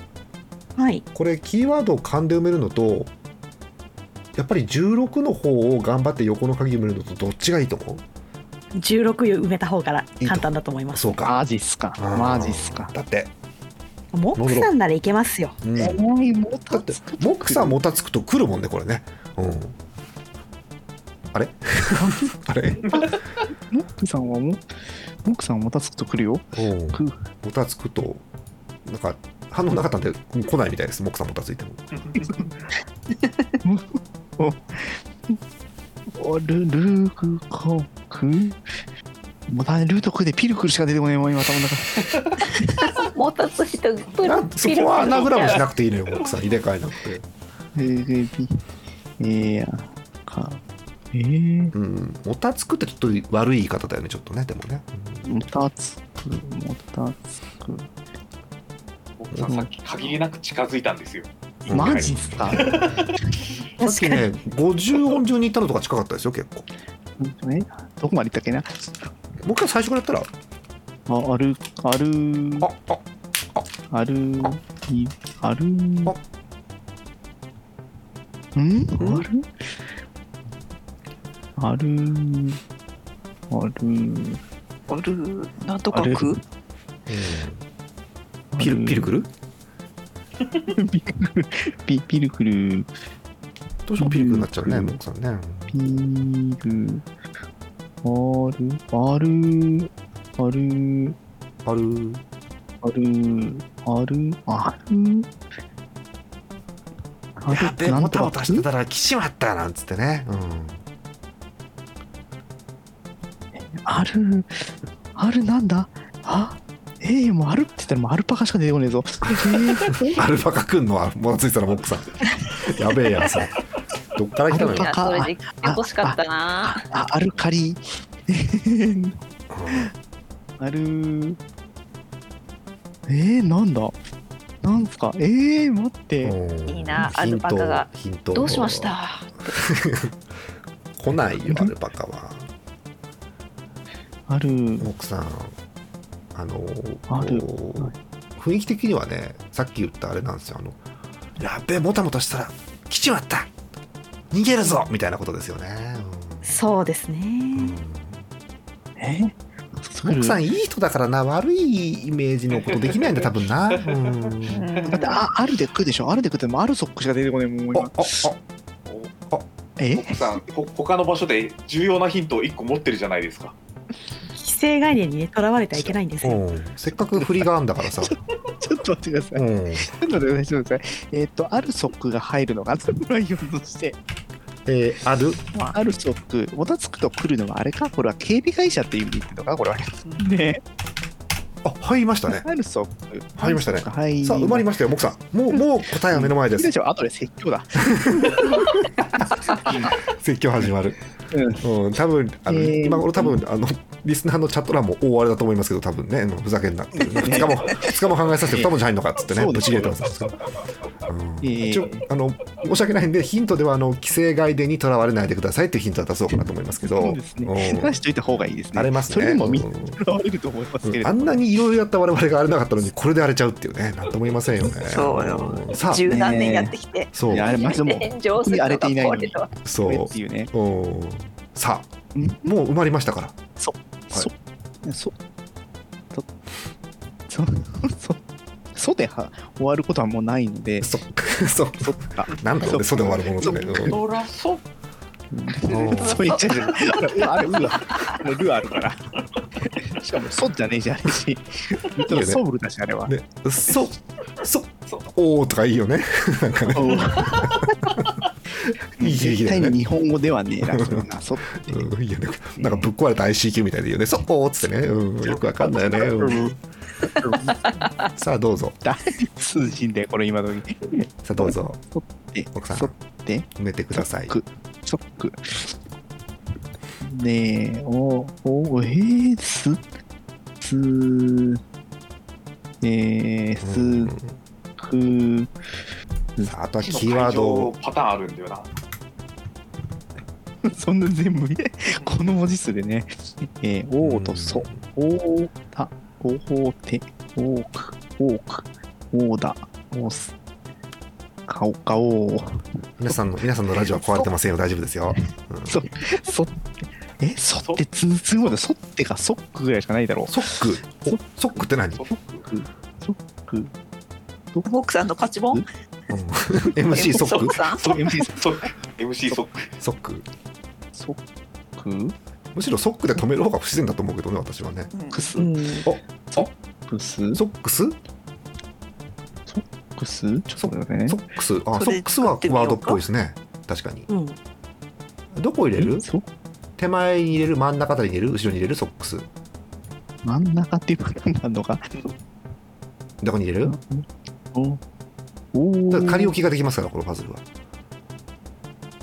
Speaker 5: はい
Speaker 1: これキーワードを勘で埋めるのとやっぱり16の方を頑張って横の鍵埋めるのとどっちがいいと思う
Speaker 5: 16埋めた方から簡単だと思います
Speaker 1: そうか
Speaker 4: マジっすか。
Speaker 1: うん
Speaker 4: マジっすか。
Speaker 1: だって、
Speaker 5: モックさんならいけますよ
Speaker 1: うん、だ
Speaker 4: 重いもた
Speaker 1: ってモックさんもたつくと来るもんねこれねうん、あれ あれ
Speaker 4: モックさんはもモックさんはもたつくと来るよ
Speaker 1: うん
Speaker 4: く
Speaker 1: もたつくとなんか反応なかったんで来ないみたいですモックさんもたついても
Speaker 4: おルルークコクもうだルートクでピルクルしか出てこないもん今頭の中
Speaker 2: もたついたプル
Speaker 1: なんそこはアナグラムしなくていいのよモックさん入れ替えなくて、
Speaker 4: えー、ピえー、やかえー、
Speaker 1: うん、もたつくってちょっと悪い言い方だよねちょっとねでもね、
Speaker 4: もたつくもたつく
Speaker 3: 僕さんさっき限りなく近づいたんですよ。
Speaker 1: うん
Speaker 4: マジっすか
Speaker 1: さっきね50音順に行ったのとか近かったですよ結構
Speaker 4: えどこまで行ったっけな
Speaker 1: もう一回最初からやったら
Speaker 4: あ、ある、ある、
Speaker 1: ああ
Speaker 4: ある、い、ある。ん
Speaker 1: あ
Speaker 4: あるある、あ
Speaker 2: あ
Speaker 4: る、
Speaker 2: るなんとかく
Speaker 1: ピルピルクル
Speaker 4: ピルクル、ピ、ピルクル、
Speaker 1: どうしてもピルクルになっちゃうね
Speaker 4: うん
Speaker 1: モックさんね
Speaker 4: ピル、ある、ある、あ
Speaker 1: あ
Speaker 4: る、
Speaker 1: る
Speaker 4: ある、ある、ある。ある
Speaker 1: で
Speaker 4: なん
Speaker 1: も
Speaker 4: と
Speaker 1: た
Speaker 4: か
Speaker 1: もたしてたら来ちまったなんつってねうん
Speaker 4: ある、あるなんだあええもうあるって言ったらもうアルパカしか出てこねえぞ。
Speaker 1: アルパカくんのはもたついてたらモックさん やべえやんそれどっから来たの
Speaker 2: い
Speaker 1: よ
Speaker 2: やそれで来てほしかったな
Speaker 4: あ、アルカリ。 ある。えー、なんだなんすかえー、待って。
Speaker 1: うん
Speaker 2: いいなアルパカが
Speaker 1: ヒントヒント
Speaker 2: どうしました
Speaker 1: 来ないよアルパカは
Speaker 4: ある。
Speaker 1: モックさんあの
Speaker 4: ある
Speaker 1: こ
Speaker 4: はいう
Speaker 1: 雰囲気的にはねさっき言ったあれなんですよあのやっべえもたもたしたら来ちまった逃げるぞみたいなことですよね、
Speaker 5: そうです
Speaker 1: うん
Speaker 5: ね。
Speaker 4: えー、作る
Speaker 1: 奥さんいい人だからな悪いイメージのことできないん だ多分な、うん
Speaker 4: だってあ、あるでくでしょあるでくってもうあるソックしか出てこねえもん、
Speaker 3: あ
Speaker 4: 今。
Speaker 3: お
Speaker 4: え
Speaker 3: 奥さんほ他の場所で重要なヒントを1個持ってるじゃないですか。
Speaker 5: 規制概念にねとらわれてはいけないんですよ。
Speaker 1: うんせっかく振りがあるんだからさ、
Speaker 4: ちょっと待ってください。
Speaker 1: うん
Speaker 4: ちょっと待ってください。ちょっと待ってください。えーっと、あるソックが入るの が、ライオンとして。
Speaker 1: えーある
Speaker 4: あるソック、もたつくと来るのはあれかこれは警備会社っていう意味で言ってるのかこれは。ね
Speaker 1: あ入りましたね
Speaker 4: あるソック。
Speaker 1: 入りましたね
Speaker 4: はい。
Speaker 1: さあ埋まり
Speaker 4: ま
Speaker 1: ましたよモクさんもうもう答えは目の前 です
Speaker 4: あとで説教だ。
Speaker 1: 説教始まる、うん、多分あの、
Speaker 4: えー
Speaker 1: 今頃多分あのリスナーのチャット欄も大荒れだと思いますけど多分ねあのふざけんな2日も二日も考えさせて2日もじゃないのかっつってね
Speaker 4: そう
Speaker 1: ぶ
Speaker 4: で
Speaker 1: ち
Speaker 4: す
Speaker 1: 切れてますけど、うん
Speaker 4: えー
Speaker 1: 一応あの申し訳ないんでヒントではあの規制外伝にとらわれないでくださいっていうヒントは出そうかなと思いますけど
Speaker 4: そうですね。
Speaker 1: うん
Speaker 4: 話しといた方がいいですね。
Speaker 1: 荒れますね
Speaker 4: それでもみん
Speaker 1: う
Speaker 4: なんとらわれると思いますけれ
Speaker 1: あ
Speaker 4: ど
Speaker 1: ん
Speaker 4: も。
Speaker 1: なにいろいろやった我々が荒れなかったのにこれで荒れちゃうっていうねなんとも言いませんよね
Speaker 2: そうよ
Speaker 1: んさあ
Speaker 2: 十何年やってきて
Speaker 1: そう
Speaker 4: いやあれマジでもう
Speaker 2: 上手
Speaker 4: 荒れていないのに
Speaker 2: は
Speaker 1: そ
Speaker 4: これ
Speaker 1: う
Speaker 4: っていうね。
Speaker 1: うんさあ
Speaker 4: ん
Speaker 1: もう埋まりましたから
Speaker 4: そ、そ、と、そ、そ、そでは終わることはもうないので、
Speaker 1: そ そう
Speaker 4: そっか。
Speaker 1: なんだろうねそれで終わるものってねうん
Speaker 3: そらそ
Speaker 1: うん
Speaker 4: そう言っちゃうじゃん。あれ、うわ、もうルあるから。しかも、そじゃねえじゃん、あれし。
Speaker 1: よね
Speaker 4: ソウルだし、あれは。
Speaker 1: ね、そ、そ、おーとかいいよね。 なんかね、いいいいいい
Speaker 4: 絶対
Speaker 1: ね
Speaker 4: に日本語ではねえ な、そんな。そって。
Speaker 1: うん、いいよね。なんかぶっ壊れた ICQ みたいでいいよね。そ、おーっつってね、うん、よくわかんないよね。 うんさあどうぞ、
Speaker 4: 誰に通じんだよ、これ今時。
Speaker 1: さあどうぞ、
Speaker 4: え、
Speaker 1: 奥さん
Speaker 4: そって、
Speaker 1: 埋めてください。
Speaker 4: くショック。ねえ、お、お、えー、す、す、えー、
Speaker 1: う
Speaker 4: す
Speaker 1: ん、
Speaker 4: く、
Speaker 1: さああとは
Speaker 3: う。
Speaker 1: キーワードを。
Speaker 3: パターンあるんだよな。
Speaker 4: そんな全部、 この文字数でね、えー、おうとそ、おうた、おほうて、おうく、おうく、おうだ、おうす、かおかおう、
Speaker 1: 皆さんの皆さんのラジオは壊れてませんよ大丈夫ですよ。うん
Speaker 4: そ、そ、え、そってつ、つぐまで、そってかそっくぐらいしかないだろう。
Speaker 1: ソック、おソックって何？うん、
Speaker 4: そっく、
Speaker 2: ボクさんの勝ちも
Speaker 1: MC ソック。
Speaker 2: さん
Speaker 4: そう、MC さん。
Speaker 3: MC ソック
Speaker 1: ソック
Speaker 4: ソック
Speaker 1: むしろソックで止める方が不自然だと思うけどね私はね
Speaker 4: クス
Speaker 5: うん、
Speaker 4: クス
Speaker 1: ソックス
Speaker 4: クスちょっと待ってね
Speaker 1: ソックスあ
Speaker 2: そ
Speaker 1: ソ
Speaker 2: れ
Speaker 1: ックスはワードっぽいですね確かに
Speaker 5: うん、
Speaker 1: どこ入れる
Speaker 4: んそ
Speaker 1: 手前に入れる真ん中あたりに入れる後ろに入れるソックス
Speaker 4: 真ん中っていうことなのか
Speaker 1: どこに入れる
Speaker 4: おお
Speaker 1: だから仮置きができますからこのパズルは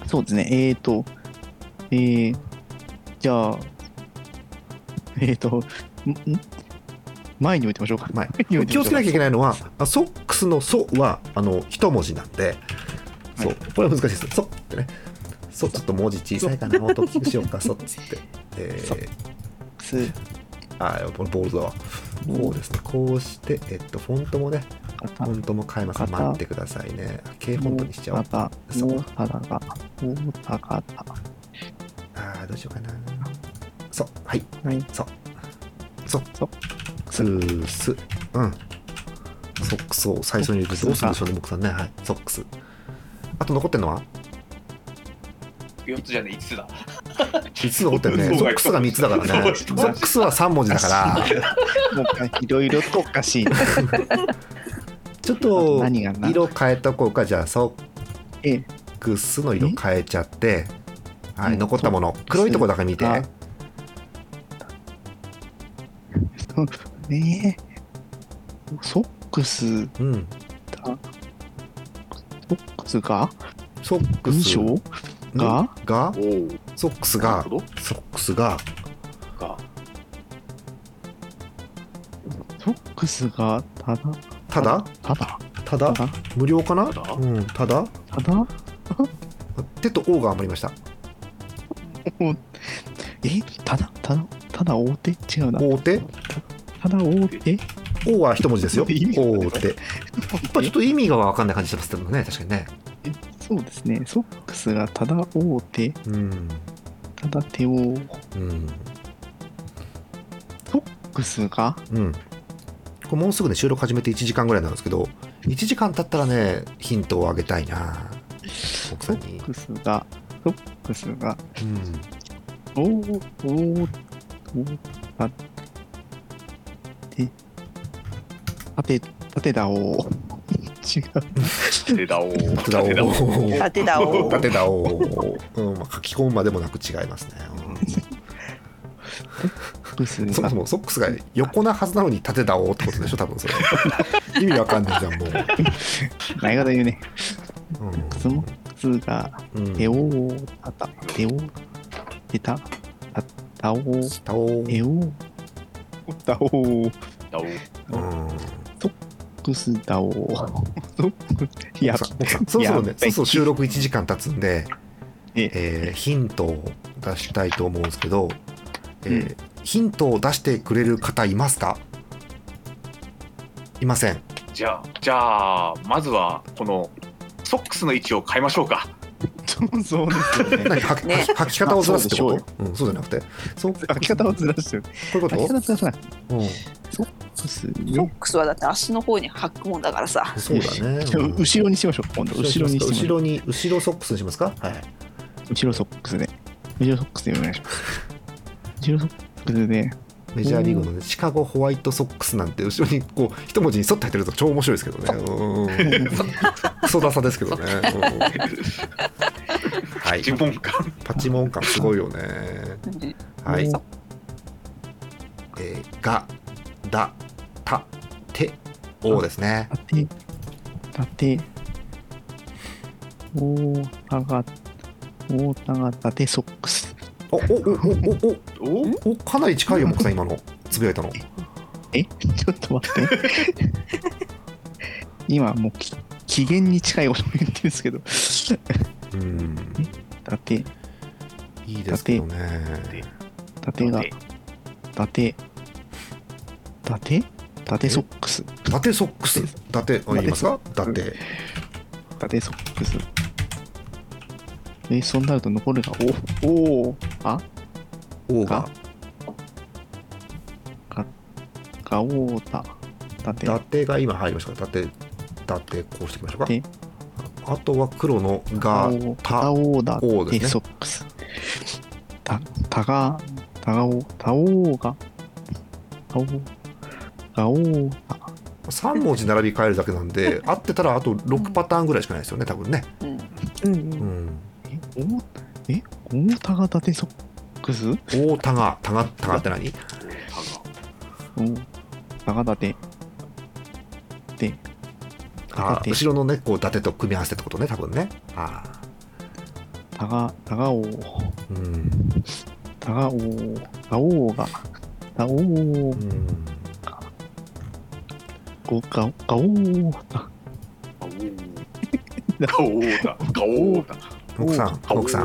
Speaker 4: そうですね、えーと、えー、じゃあ、えーと、んん前に置いてみましょうか。
Speaker 1: 前
Speaker 4: に置いて
Speaker 1: 気
Speaker 4: み
Speaker 1: を
Speaker 4: まし
Speaker 1: つ
Speaker 4: ょうか
Speaker 1: けなきゃいけないのはあソックスの「ソ」はあの一文字なんで、
Speaker 4: はい
Speaker 1: そうこれは難しいです「ソ」ってね「ソ」ちょっと文字小さいかなもっと大きくしよう か「ソ」っつって、え
Speaker 4: ソ
Speaker 1: ー、
Speaker 4: す
Speaker 1: あーこれボールだわこうですねこうして、えっと、フォントもねフ
Speaker 4: 肩
Speaker 1: ォントも変えます
Speaker 4: 型
Speaker 1: 待ってくださいね K フォントにしちゃおう
Speaker 4: 肩
Speaker 1: そ
Speaker 4: お
Speaker 1: う
Speaker 4: 肩がおたかた
Speaker 1: あーどうしようかなそうはい
Speaker 4: はい
Speaker 1: そうそう
Speaker 4: そう
Speaker 1: スースうんソックスを最初に入れてどうするんでしょうね僕さんねはいソックスあと残ってるの は
Speaker 3: 4つじゃね5つだ
Speaker 1: 5つ残ってるね
Speaker 3: そ
Speaker 1: ソ
Speaker 3: う
Speaker 1: ックスが3つだからねソ
Speaker 3: そう
Speaker 1: ックスは3文字だから
Speaker 4: もういろいろとおかしいな
Speaker 1: ちょっと
Speaker 4: 何がな
Speaker 1: 色変えとこうかじゃあソ
Speaker 4: え
Speaker 1: ックスの色変えちゃってはい
Speaker 4: うん
Speaker 1: 残ったもの黒いとこだけ見て
Speaker 4: あそうねえソックス
Speaker 1: うん
Speaker 4: ソックスが
Speaker 1: ソック
Speaker 4: 文
Speaker 1: ス
Speaker 4: 章が
Speaker 1: が
Speaker 8: お
Speaker 1: ソックス
Speaker 8: お
Speaker 1: が
Speaker 8: ど
Speaker 1: ソックスが
Speaker 8: か
Speaker 4: ソックスがただ
Speaker 1: ただ
Speaker 4: ただ
Speaker 1: た
Speaker 4: た
Speaker 1: だ
Speaker 4: だ
Speaker 1: 無料かな
Speaker 8: ただ
Speaker 1: うんただ
Speaker 4: ただ
Speaker 1: 手と O が余りました
Speaker 4: えただただただ大手違うな
Speaker 1: O 手
Speaker 4: ただ大手
Speaker 1: O は一文字ですよ
Speaker 4: 意味がわ
Speaker 1: O
Speaker 4: かんない
Speaker 1: 手やっぱちょっと意味が分かんない感じしてますけどね確かにね
Speaker 4: え そうですねソックスがただ大手
Speaker 1: うん
Speaker 4: ただ手をソ
Speaker 1: うん
Speaker 4: ックスが
Speaker 1: うん、これもうすぐね収録始めて1時間ぐらいなんですけど1時間経ったらねヒントをあげたいな奥さ
Speaker 4: ソ
Speaker 1: んに
Speaker 4: ッ、クスがソックスが
Speaker 1: うん、
Speaker 4: おーおーおーたてたてたてだおー違
Speaker 8: 手だお
Speaker 1: 立てだお
Speaker 8: 手だお
Speaker 1: ー
Speaker 2: 立てだお
Speaker 1: 立てだおー、うんまあ、書き込むまでもなく違いますね、
Speaker 4: うソックス
Speaker 1: う
Speaker 4: が
Speaker 1: んそもそもソックスが横なはずなのに立てだおーってことでしょ多分 それ意味わかんないじゃんも
Speaker 4: 前方言うね
Speaker 1: う、
Speaker 4: そのソックスが
Speaker 1: うんうん、
Speaker 4: 手おーたた手おーてたたたおー
Speaker 1: だおー
Speaker 4: 手おーだおーソ
Speaker 8: だお
Speaker 1: うん
Speaker 4: ックスだおーソックスやっ
Speaker 1: さ奥さんそろそろ
Speaker 4: や
Speaker 1: ね
Speaker 4: っ、
Speaker 1: そ
Speaker 4: べ
Speaker 1: ろそろ収録1時間経つんで、
Speaker 4: え
Speaker 1: えーヒントを出したいと思うんですけど、えーヒントを出してくれる方いますかいません。
Speaker 3: じゃあじゃあまずはこのソックスの位置を変えましょうか
Speaker 4: そうそうですよね
Speaker 1: 何はき
Speaker 2: ね
Speaker 1: はき方をずらすってこ
Speaker 4: まあ
Speaker 1: とうん、そうじゃなくて。そうこ
Speaker 4: 開き方をずらしてる。
Speaker 1: ういうこ
Speaker 4: 開き方
Speaker 1: と
Speaker 4: ずらさない。
Speaker 1: うん
Speaker 4: そうです
Speaker 2: ソッ
Speaker 4: ね。
Speaker 2: クスはだって足の方に履くもんだからさ。
Speaker 1: そうだね。
Speaker 4: じゃあ
Speaker 1: うん
Speaker 4: 後ろにしましょう。今度後ろにしまし
Speaker 1: 後
Speaker 4: ょう。
Speaker 1: ろに、後ろソックスにしますかはい。
Speaker 4: 後ろソックスで。後ろソックスでお願いします。後ろソックスで。
Speaker 1: メジャーリーグのね、シカゴホワイトソックスなんて、後ろにこう、一文字に沿って入ってると超面白いですけど ね。うん。クソダサですけどね。うんはい。
Speaker 3: 尋問官
Speaker 1: パチモン感すごいよね。はい。えー、が、だ、た、て、おですね。
Speaker 4: 縦。縦。大田が、大田が縦ソックス。
Speaker 1: お、お、
Speaker 8: お
Speaker 1: お、
Speaker 8: お
Speaker 1: お、お、お、かなり近いよ、木さん、今の。つぶやいたの。
Speaker 4: えちょっと待 って。今もうき機嫌に近いことを言ってるんですけど。
Speaker 1: うん。
Speaker 4: 縦、
Speaker 1: いいですけどね。
Speaker 4: 縦が、縦。伊達伊達ソックス。
Speaker 1: 伊達ソックス。伊達、あ、言いますか伊達。
Speaker 4: だでソックス。で、そうなると残るが、お、おー、あ、
Speaker 1: おが、
Speaker 4: がおーた、だて
Speaker 1: 伊、達が今入りましたから、伊達、伊達、こうしていきましょうか。
Speaker 4: で
Speaker 1: あとは黒の
Speaker 4: タ
Speaker 1: が
Speaker 4: オタ
Speaker 1: た
Speaker 4: オーダ
Speaker 1: おう
Speaker 4: テ
Speaker 1: で
Speaker 4: イ
Speaker 1: す
Speaker 4: ソ
Speaker 1: ね
Speaker 4: ックス。た、たが、たがお、たおうが、たおう、たおうが、
Speaker 1: 3文字並び替えるだけなん で合ってたらあと6パターンぐらいしかないですよね多分ね、
Speaker 2: うん
Speaker 5: うんう
Speaker 1: うんん、
Speaker 4: え、お、え、おたがたテイソックス
Speaker 1: 大田が田が田がって何
Speaker 4: お、たがたて、て、
Speaker 1: あ
Speaker 4: 片手
Speaker 1: 後ろのねこう伊達と組み合わせてってことね多分ねああ
Speaker 4: たが、たがおう、
Speaker 1: うん、
Speaker 4: たがおう、たおうが、たおう
Speaker 1: うん、
Speaker 4: ご、が、がおう、た、
Speaker 8: ガオーダガオーダ
Speaker 1: 奥さん
Speaker 8: ガオー
Speaker 1: 奥さ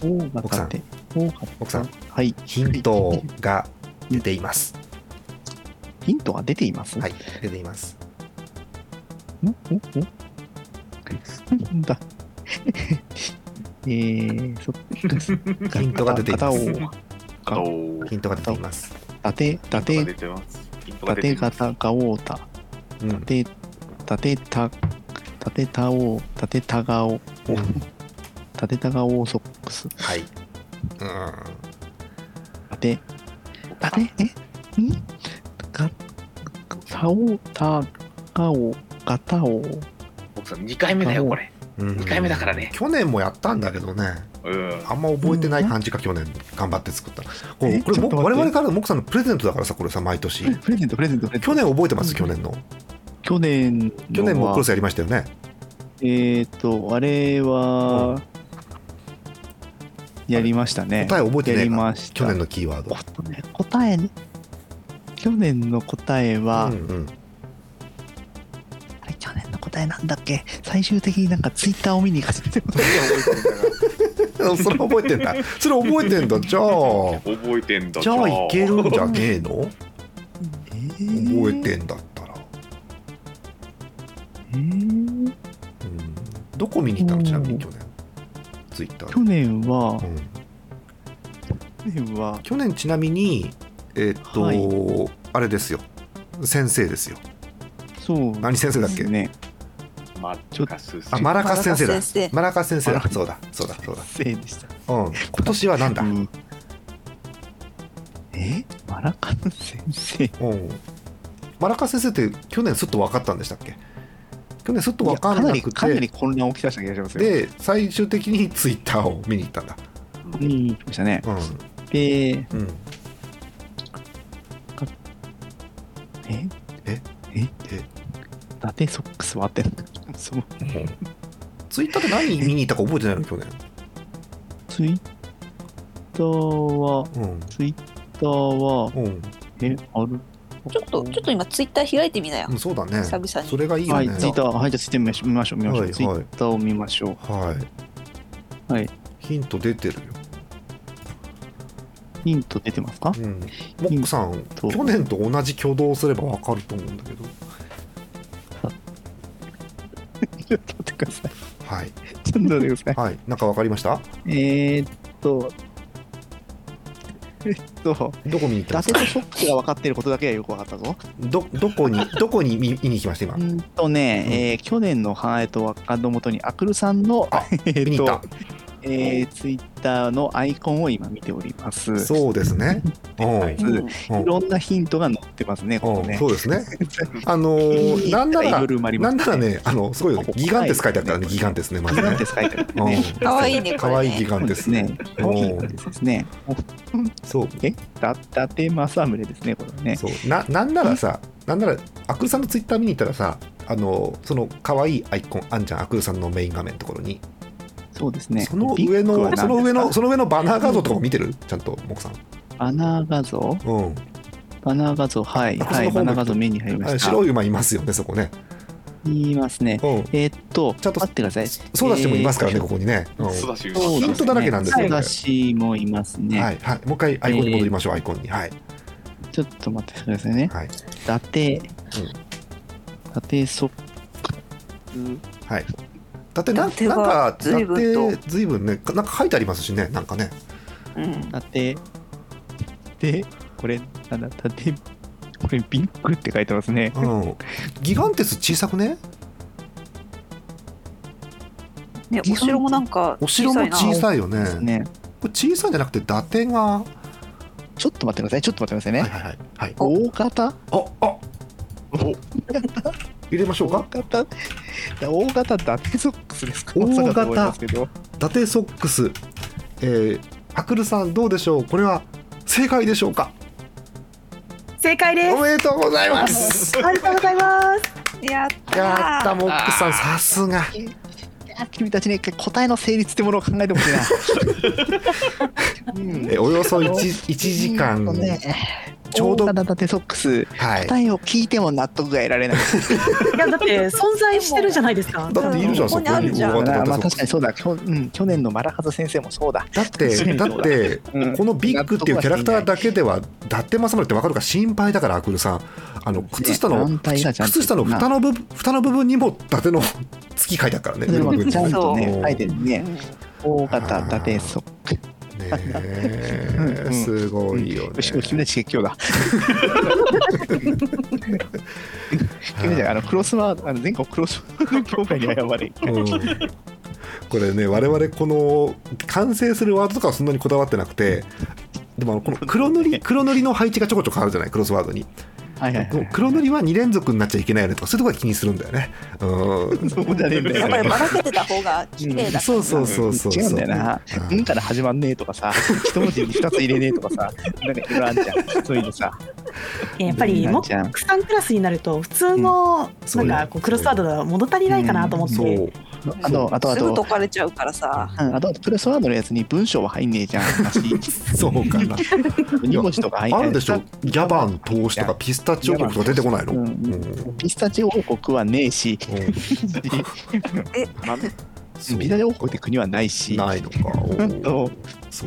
Speaker 8: ダ
Speaker 1: ん
Speaker 4: おうが
Speaker 1: 奥さん
Speaker 4: たて、おうが、
Speaker 1: 奥さん
Speaker 4: はい、
Speaker 1: ヒントが出ています
Speaker 4: ヒントが出ています。
Speaker 1: はい出ています
Speaker 4: んんんなんだ。えー、そっか。
Speaker 1: ヒントが出ています
Speaker 4: 片方
Speaker 8: ガオー
Speaker 1: ヒントが出ています
Speaker 4: 伊達、伊達、
Speaker 8: ダ
Speaker 4: 伊
Speaker 8: 出てますイントが出
Speaker 4: 達
Speaker 8: てます
Speaker 4: 型ガオータ、
Speaker 1: うん
Speaker 4: 伊達、伊達た、伊達たお、伊達たがお、伊達たがおソックス、伊
Speaker 1: はい
Speaker 4: 達、伊達、えんが、たお、たがお、がたお、
Speaker 3: 奥さん2回目だよこれ
Speaker 1: うん、うん
Speaker 3: 2回目だからね
Speaker 1: 去年もやったんだけどね
Speaker 3: うん
Speaker 1: あんま覚えてない感じか、去年頑張って作ったこれ
Speaker 4: え
Speaker 1: これも
Speaker 4: ちょっと待って
Speaker 1: 我々からのモクさんのプレゼントだからさこれさ毎年
Speaker 4: プレゼント、プレゼント、プレゼント
Speaker 1: 去年覚えてます去年の
Speaker 4: 去年のは、
Speaker 1: 去年もクロスやりましたよね
Speaker 4: えー、と、あれは、やりましたね。
Speaker 1: 答え覚えて
Speaker 4: や
Speaker 1: ねえ
Speaker 4: り
Speaker 1: か
Speaker 4: ました。
Speaker 1: 去年のキーワード
Speaker 4: 答え、答え、去年の答えは、
Speaker 1: うんうん
Speaker 4: あれ去年の答えなんだっけ最終的になんかツイッターを見に行かせてもらっ
Speaker 1: それ覚えてん だ。それ覚えてんだ。じゃあ、
Speaker 8: 覚えてんだ
Speaker 1: じゃあいけるんじゃねえの？
Speaker 4: て。
Speaker 1: 覚えてんだったら。
Speaker 4: えー
Speaker 1: うん、どこ見に行ったのちなみに去年？ツイッター
Speaker 4: 去
Speaker 1: で。
Speaker 4: 年は、
Speaker 1: うん
Speaker 4: 去年は、
Speaker 1: 去年ちなみにえっと、
Speaker 4: は
Speaker 1: あれですよ。先生ですよ。
Speaker 4: そう
Speaker 1: 何先生だっけ？
Speaker 4: ね。
Speaker 8: マッカス
Speaker 1: あ、マラカス先生だ
Speaker 2: マラカス先。
Speaker 1: マラカス先生
Speaker 4: マラ
Speaker 1: だ。
Speaker 4: カ
Speaker 1: そうだ、そうだ、そうだ。
Speaker 4: せいでした。
Speaker 1: うん。今年はなんだ。
Speaker 4: う
Speaker 1: うん。
Speaker 4: んえマラカス先生
Speaker 1: マラカス先生って去年すっと分かったんでしたっけ？去年すっと分かん
Speaker 4: いやかな
Speaker 1: な
Speaker 4: り
Speaker 1: く
Speaker 4: かなり
Speaker 1: て。
Speaker 4: 混乱起きたした気がしますよ。
Speaker 1: で最終的にツイッターを見に行ったんだ。
Speaker 4: 見に行きましたね。
Speaker 1: う
Speaker 4: で、
Speaker 1: ん、うん、
Speaker 4: え
Speaker 1: え
Speaker 4: え
Speaker 1: え
Speaker 4: だてソックスはあってんの そう
Speaker 1: ツイッターで何見に行ったか覚えてないの去年。
Speaker 4: ツイッターはツイッターは
Speaker 1: うん。うん。
Speaker 4: えある
Speaker 2: ちょっとちょっと今ツイッター開いてみなよ
Speaker 1: う。ん、そうだね。
Speaker 2: 久々に
Speaker 1: それがいいよ
Speaker 4: は
Speaker 1: ね。
Speaker 4: いツイッターはいじゃあツイッター見ましょう見ましょう見ましょ
Speaker 1: は
Speaker 4: う
Speaker 1: い
Speaker 4: ツイッターを見ましょう
Speaker 1: はい。
Speaker 4: はい。
Speaker 1: ヒント出てるよ。
Speaker 4: ヒント出てますか
Speaker 1: うん。モックさん、
Speaker 4: ト
Speaker 1: 去年と同じ挙動をすればわかると思うんだけど。
Speaker 4: ちょっと待ってください
Speaker 1: はい。
Speaker 4: ちょっと待ってくだ さい
Speaker 1: はい。なんかわかりました
Speaker 4: えーっとえっと
Speaker 1: どこ見に行ったん
Speaker 4: だ
Speaker 1: です
Speaker 4: て
Speaker 1: か
Speaker 4: とソックスが分かってることだけはよく分かったぞ
Speaker 1: ど、どこに、どこに見見に行きました今
Speaker 4: う。んとね、えー去年のハートワカード元にアクルさんの
Speaker 1: あ
Speaker 4: えーっ
Speaker 1: 見に行っ
Speaker 4: えー、ツイッターのアイコンを今見ております。
Speaker 1: た。そうです ね。うん。
Speaker 4: うん
Speaker 2: うん
Speaker 1: うん
Speaker 4: いろんなヒントが載ってますね、ここ
Speaker 1: うん
Speaker 4: ね。
Speaker 1: そうです ね。あのー、なんなら、なんなら
Speaker 4: ね、
Speaker 1: ね、あの、すごいよね
Speaker 4: ここ
Speaker 1: ギガンテス書いてあったからね、ギガンテスね、まず
Speaker 4: なん
Speaker 1: ね
Speaker 4: て。書いてあるんで
Speaker 1: う
Speaker 4: ね。
Speaker 1: ん
Speaker 2: かわいいねこ
Speaker 1: 可愛
Speaker 2: れ
Speaker 1: いギ
Speaker 2: ね。
Speaker 1: ガン
Speaker 4: そ
Speaker 1: で
Speaker 4: うですすね。大きい
Speaker 1: うん
Speaker 4: ですね。お
Speaker 1: そう、
Speaker 4: え、だ、伊達政宗ですね、これね。
Speaker 1: そう、な、なんならさ、なんなら、アクルさんのツイッター見に行ったらさ、あの、その可愛いアイコンあんじゃん、アクルさんのメイン画面のところに。
Speaker 4: そうですね。
Speaker 1: その上の、その上の、
Speaker 4: そ
Speaker 1: その上のバナー画像とかも見てる、ちゃんと、モクさん。
Speaker 4: バナー画像
Speaker 1: うん。
Speaker 4: バナー画像、はい、
Speaker 1: あそ
Speaker 4: は
Speaker 1: の方も
Speaker 4: い、バナー画像目に入りま
Speaker 1: あ
Speaker 4: した。
Speaker 1: 白い馬いますよね、そこね。
Speaker 4: いますね。
Speaker 1: うん。
Speaker 4: えーっと、
Speaker 1: ちゃんと
Speaker 4: 待ってください。
Speaker 1: ソーダシもいますからね、
Speaker 4: えー
Speaker 1: ここにね。うん
Speaker 8: そうだし
Speaker 1: ヒントだらけなんですよ
Speaker 4: そうだしもいますね。
Speaker 1: はい、はい、もう一回アイコンに戻りましょう、アイコンに。はい。
Speaker 4: ちょっと待ってくださいね。
Speaker 1: はい。
Speaker 4: 伊達、伊達ソック
Speaker 1: はい。だって、なん
Speaker 2: 伊達
Speaker 1: なん
Speaker 2: が
Speaker 1: か、だ
Speaker 2: 随分と
Speaker 1: って、ずいぶんね、なんか書いてありますしね、なんかね。
Speaker 2: うん。
Speaker 4: ス、伊達、で、これ、なんだ、伊達、これ、ビッグって書いてますね。
Speaker 1: うん。ギガンテス小さくね
Speaker 2: ね、お城もなんか
Speaker 1: お城も小
Speaker 2: いな。
Speaker 1: さいよね
Speaker 4: ですね。
Speaker 1: これ小さいんじゃなくて伊達がは
Speaker 4: ちょっと待ってください。ちょっと待ってくださ
Speaker 1: い
Speaker 4: いね。
Speaker 1: はいはいはい
Speaker 4: 大型
Speaker 1: ああ入れましょう
Speaker 4: 大
Speaker 1: か
Speaker 4: 型大型ダメソックスですか
Speaker 1: 大型
Speaker 4: まさかと思いますけど
Speaker 1: 伊達ソックスえー、アクルさんどうでしょうこれは正解でしょうか
Speaker 5: 正解で
Speaker 1: おめでとうございます
Speaker 5: す。ありがとうございます。
Speaker 2: やったー
Speaker 1: やったモックさんさすが
Speaker 4: 君たちに一回答えの成立ってものを考えてほ しいな。うん
Speaker 1: えおよそ 1, 一時間
Speaker 4: うんと ね、
Speaker 1: ちょうど
Speaker 4: 大型ダテソックス、
Speaker 1: はい
Speaker 4: 答えを聞いても納得が得られない。
Speaker 5: いやだ って存在してるじゃないですか。
Speaker 1: だっているじゃんそこに
Speaker 2: ここにあるじゃん
Speaker 1: 大
Speaker 4: まあ
Speaker 1: 型
Speaker 4: まあ
Speaker 1: ソック
Speaker 4: 確
Speaker 1: ス
Speaker 4: かにそうだ。きょうん去年のマラハズ先生もそうだ。
Speaker 1: だってだって
Speaker 4: うん
Speaker 1: このビッグっていうキャラクターだけでは伊達政宗って分かるか心配だからアクルさんあの靴下の
Speaker 4: ね反対だちゃんと
Speaker 1: 靴下の蓋の部分蓋の部分にも伊達の月書いてあるからね上手く
Speaker 4: ちゃんと
Speaker 1: そ
Speaker 4: ね
Speaker 1: う
Speaker 4: 書いてるね。大型ダテソックス。
Speaker 1: ねえ
Speaker 4: うん
Speaker 1: すごいよね
Speaker 4: よし、君たち今日だ。君たち、あの、クロスマー、あの、全国クロスマー協会に謝れ。
Speaker 1: うんこれね我々この完成するワードとかはそんなにこだわってなくてでもあのこの黒塗 り黒塗りの配置がちょこちょこあるじゃないクロスワードに
Speaker 4: はいはいはい。
Speaker 1: 黒塗りは2連続になっちゃいけないよねとかそういうとこは気にするんだよねうん
Speaker 4: そうじゃねえんだ
Speaker 2: や
Speaker 4: よ
Speaker 2: っぱりばらけてた方が綺麗だ。
Speaker 1: そうそうそうそう
Speaker 4: 違うんだよな。
Speaker 1: うん
Speaker 4: うんから始まんねえとかさ、一文字に二つ入れねえとかさ、なんかいろいろあんじゃん。そういうのさ。
Speaker 5: やっぱりモ
Speaker 4: ちゃん
Speaker 5: ッ。クさんクラスになると普通の
Speaker 1: そ
Speaker 5: な
Speaker 1: うんね
Speaker 5: かこうクロスワードが物足りないかなと思って。
Speaker 1: そう
Speaker 4: あの、あとあ
Speaker 2: すぐ
Speaker 4: と
Speaker 2: 解。かれちゃうからさ。
Speaker 4: うんあと、プレスワードのやつに文章は入んねえじ ゃん。
Speaker 1: そうかな
Speaker 4: 2文字とか入ん
Speaker 1: あ
Speaker 4: ない
Speaker 1: るでしょギャバン投資とかピスタチオ国とか出てこないの、
Speaker 4: う
Speaker 1: うん
Speaker 4: ん
Speaker 1: うん
Speaker 4: ピスタチオ王国はね えし、
Speaker 2: え、
Speaker 1: そう
Speaker 4: ビタチオ王国って国はないし、
Speaker 1: ないのかおー
Speaker 4: そ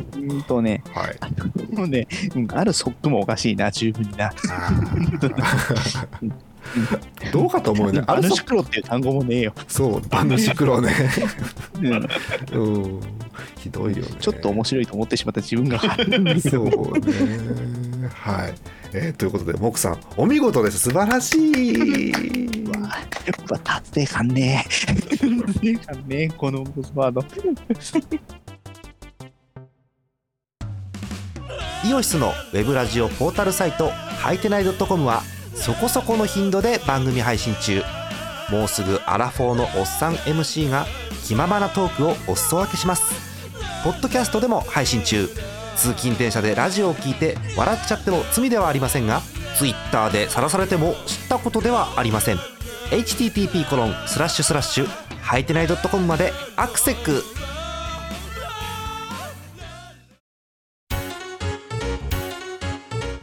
Speaker 1: そ
Speaker 4: う
Speaker 1: う
Speaker 4: うんとね、
Speaker 1: はい
Speaker 4: あのもうね、うんあるソックもおかしいな、十分にな。
Speaker 1: あーどうかと思うよねあ
Speaker 4: あ
Speaker 1: る
Speaker 4: る
Speaker 1: そ
Speaker 4: シクロっていう単語もねえよ。
Speaker 1: そうバヌシクロね
Speaker 4: うん
Speaker 1: うんひどいよね
Speaker 4: ちょっと面白いと思ってしまった自分が。
Speaker 1: そうねはい、えーということでモクさんお見事です素晴らしい
Speaker 4: やっぱ達成感ね。 達成感ね、このボスワード。
Speaker 9: イオシスのウェブラジオポータルサイトハイテナイドットコムはそこそこの頻度で番組配信中もうすぐアラフォーのおっさん MC が気ままなトークをお裾分けしますポッドキャストでも配信中通勤電車でラジオを聞いて笑っちゃっても罪ではありませんが Twitter で晒されても知ったことではありません http コロンスラッシュスラッシュハイテナイドットコムまでアクセック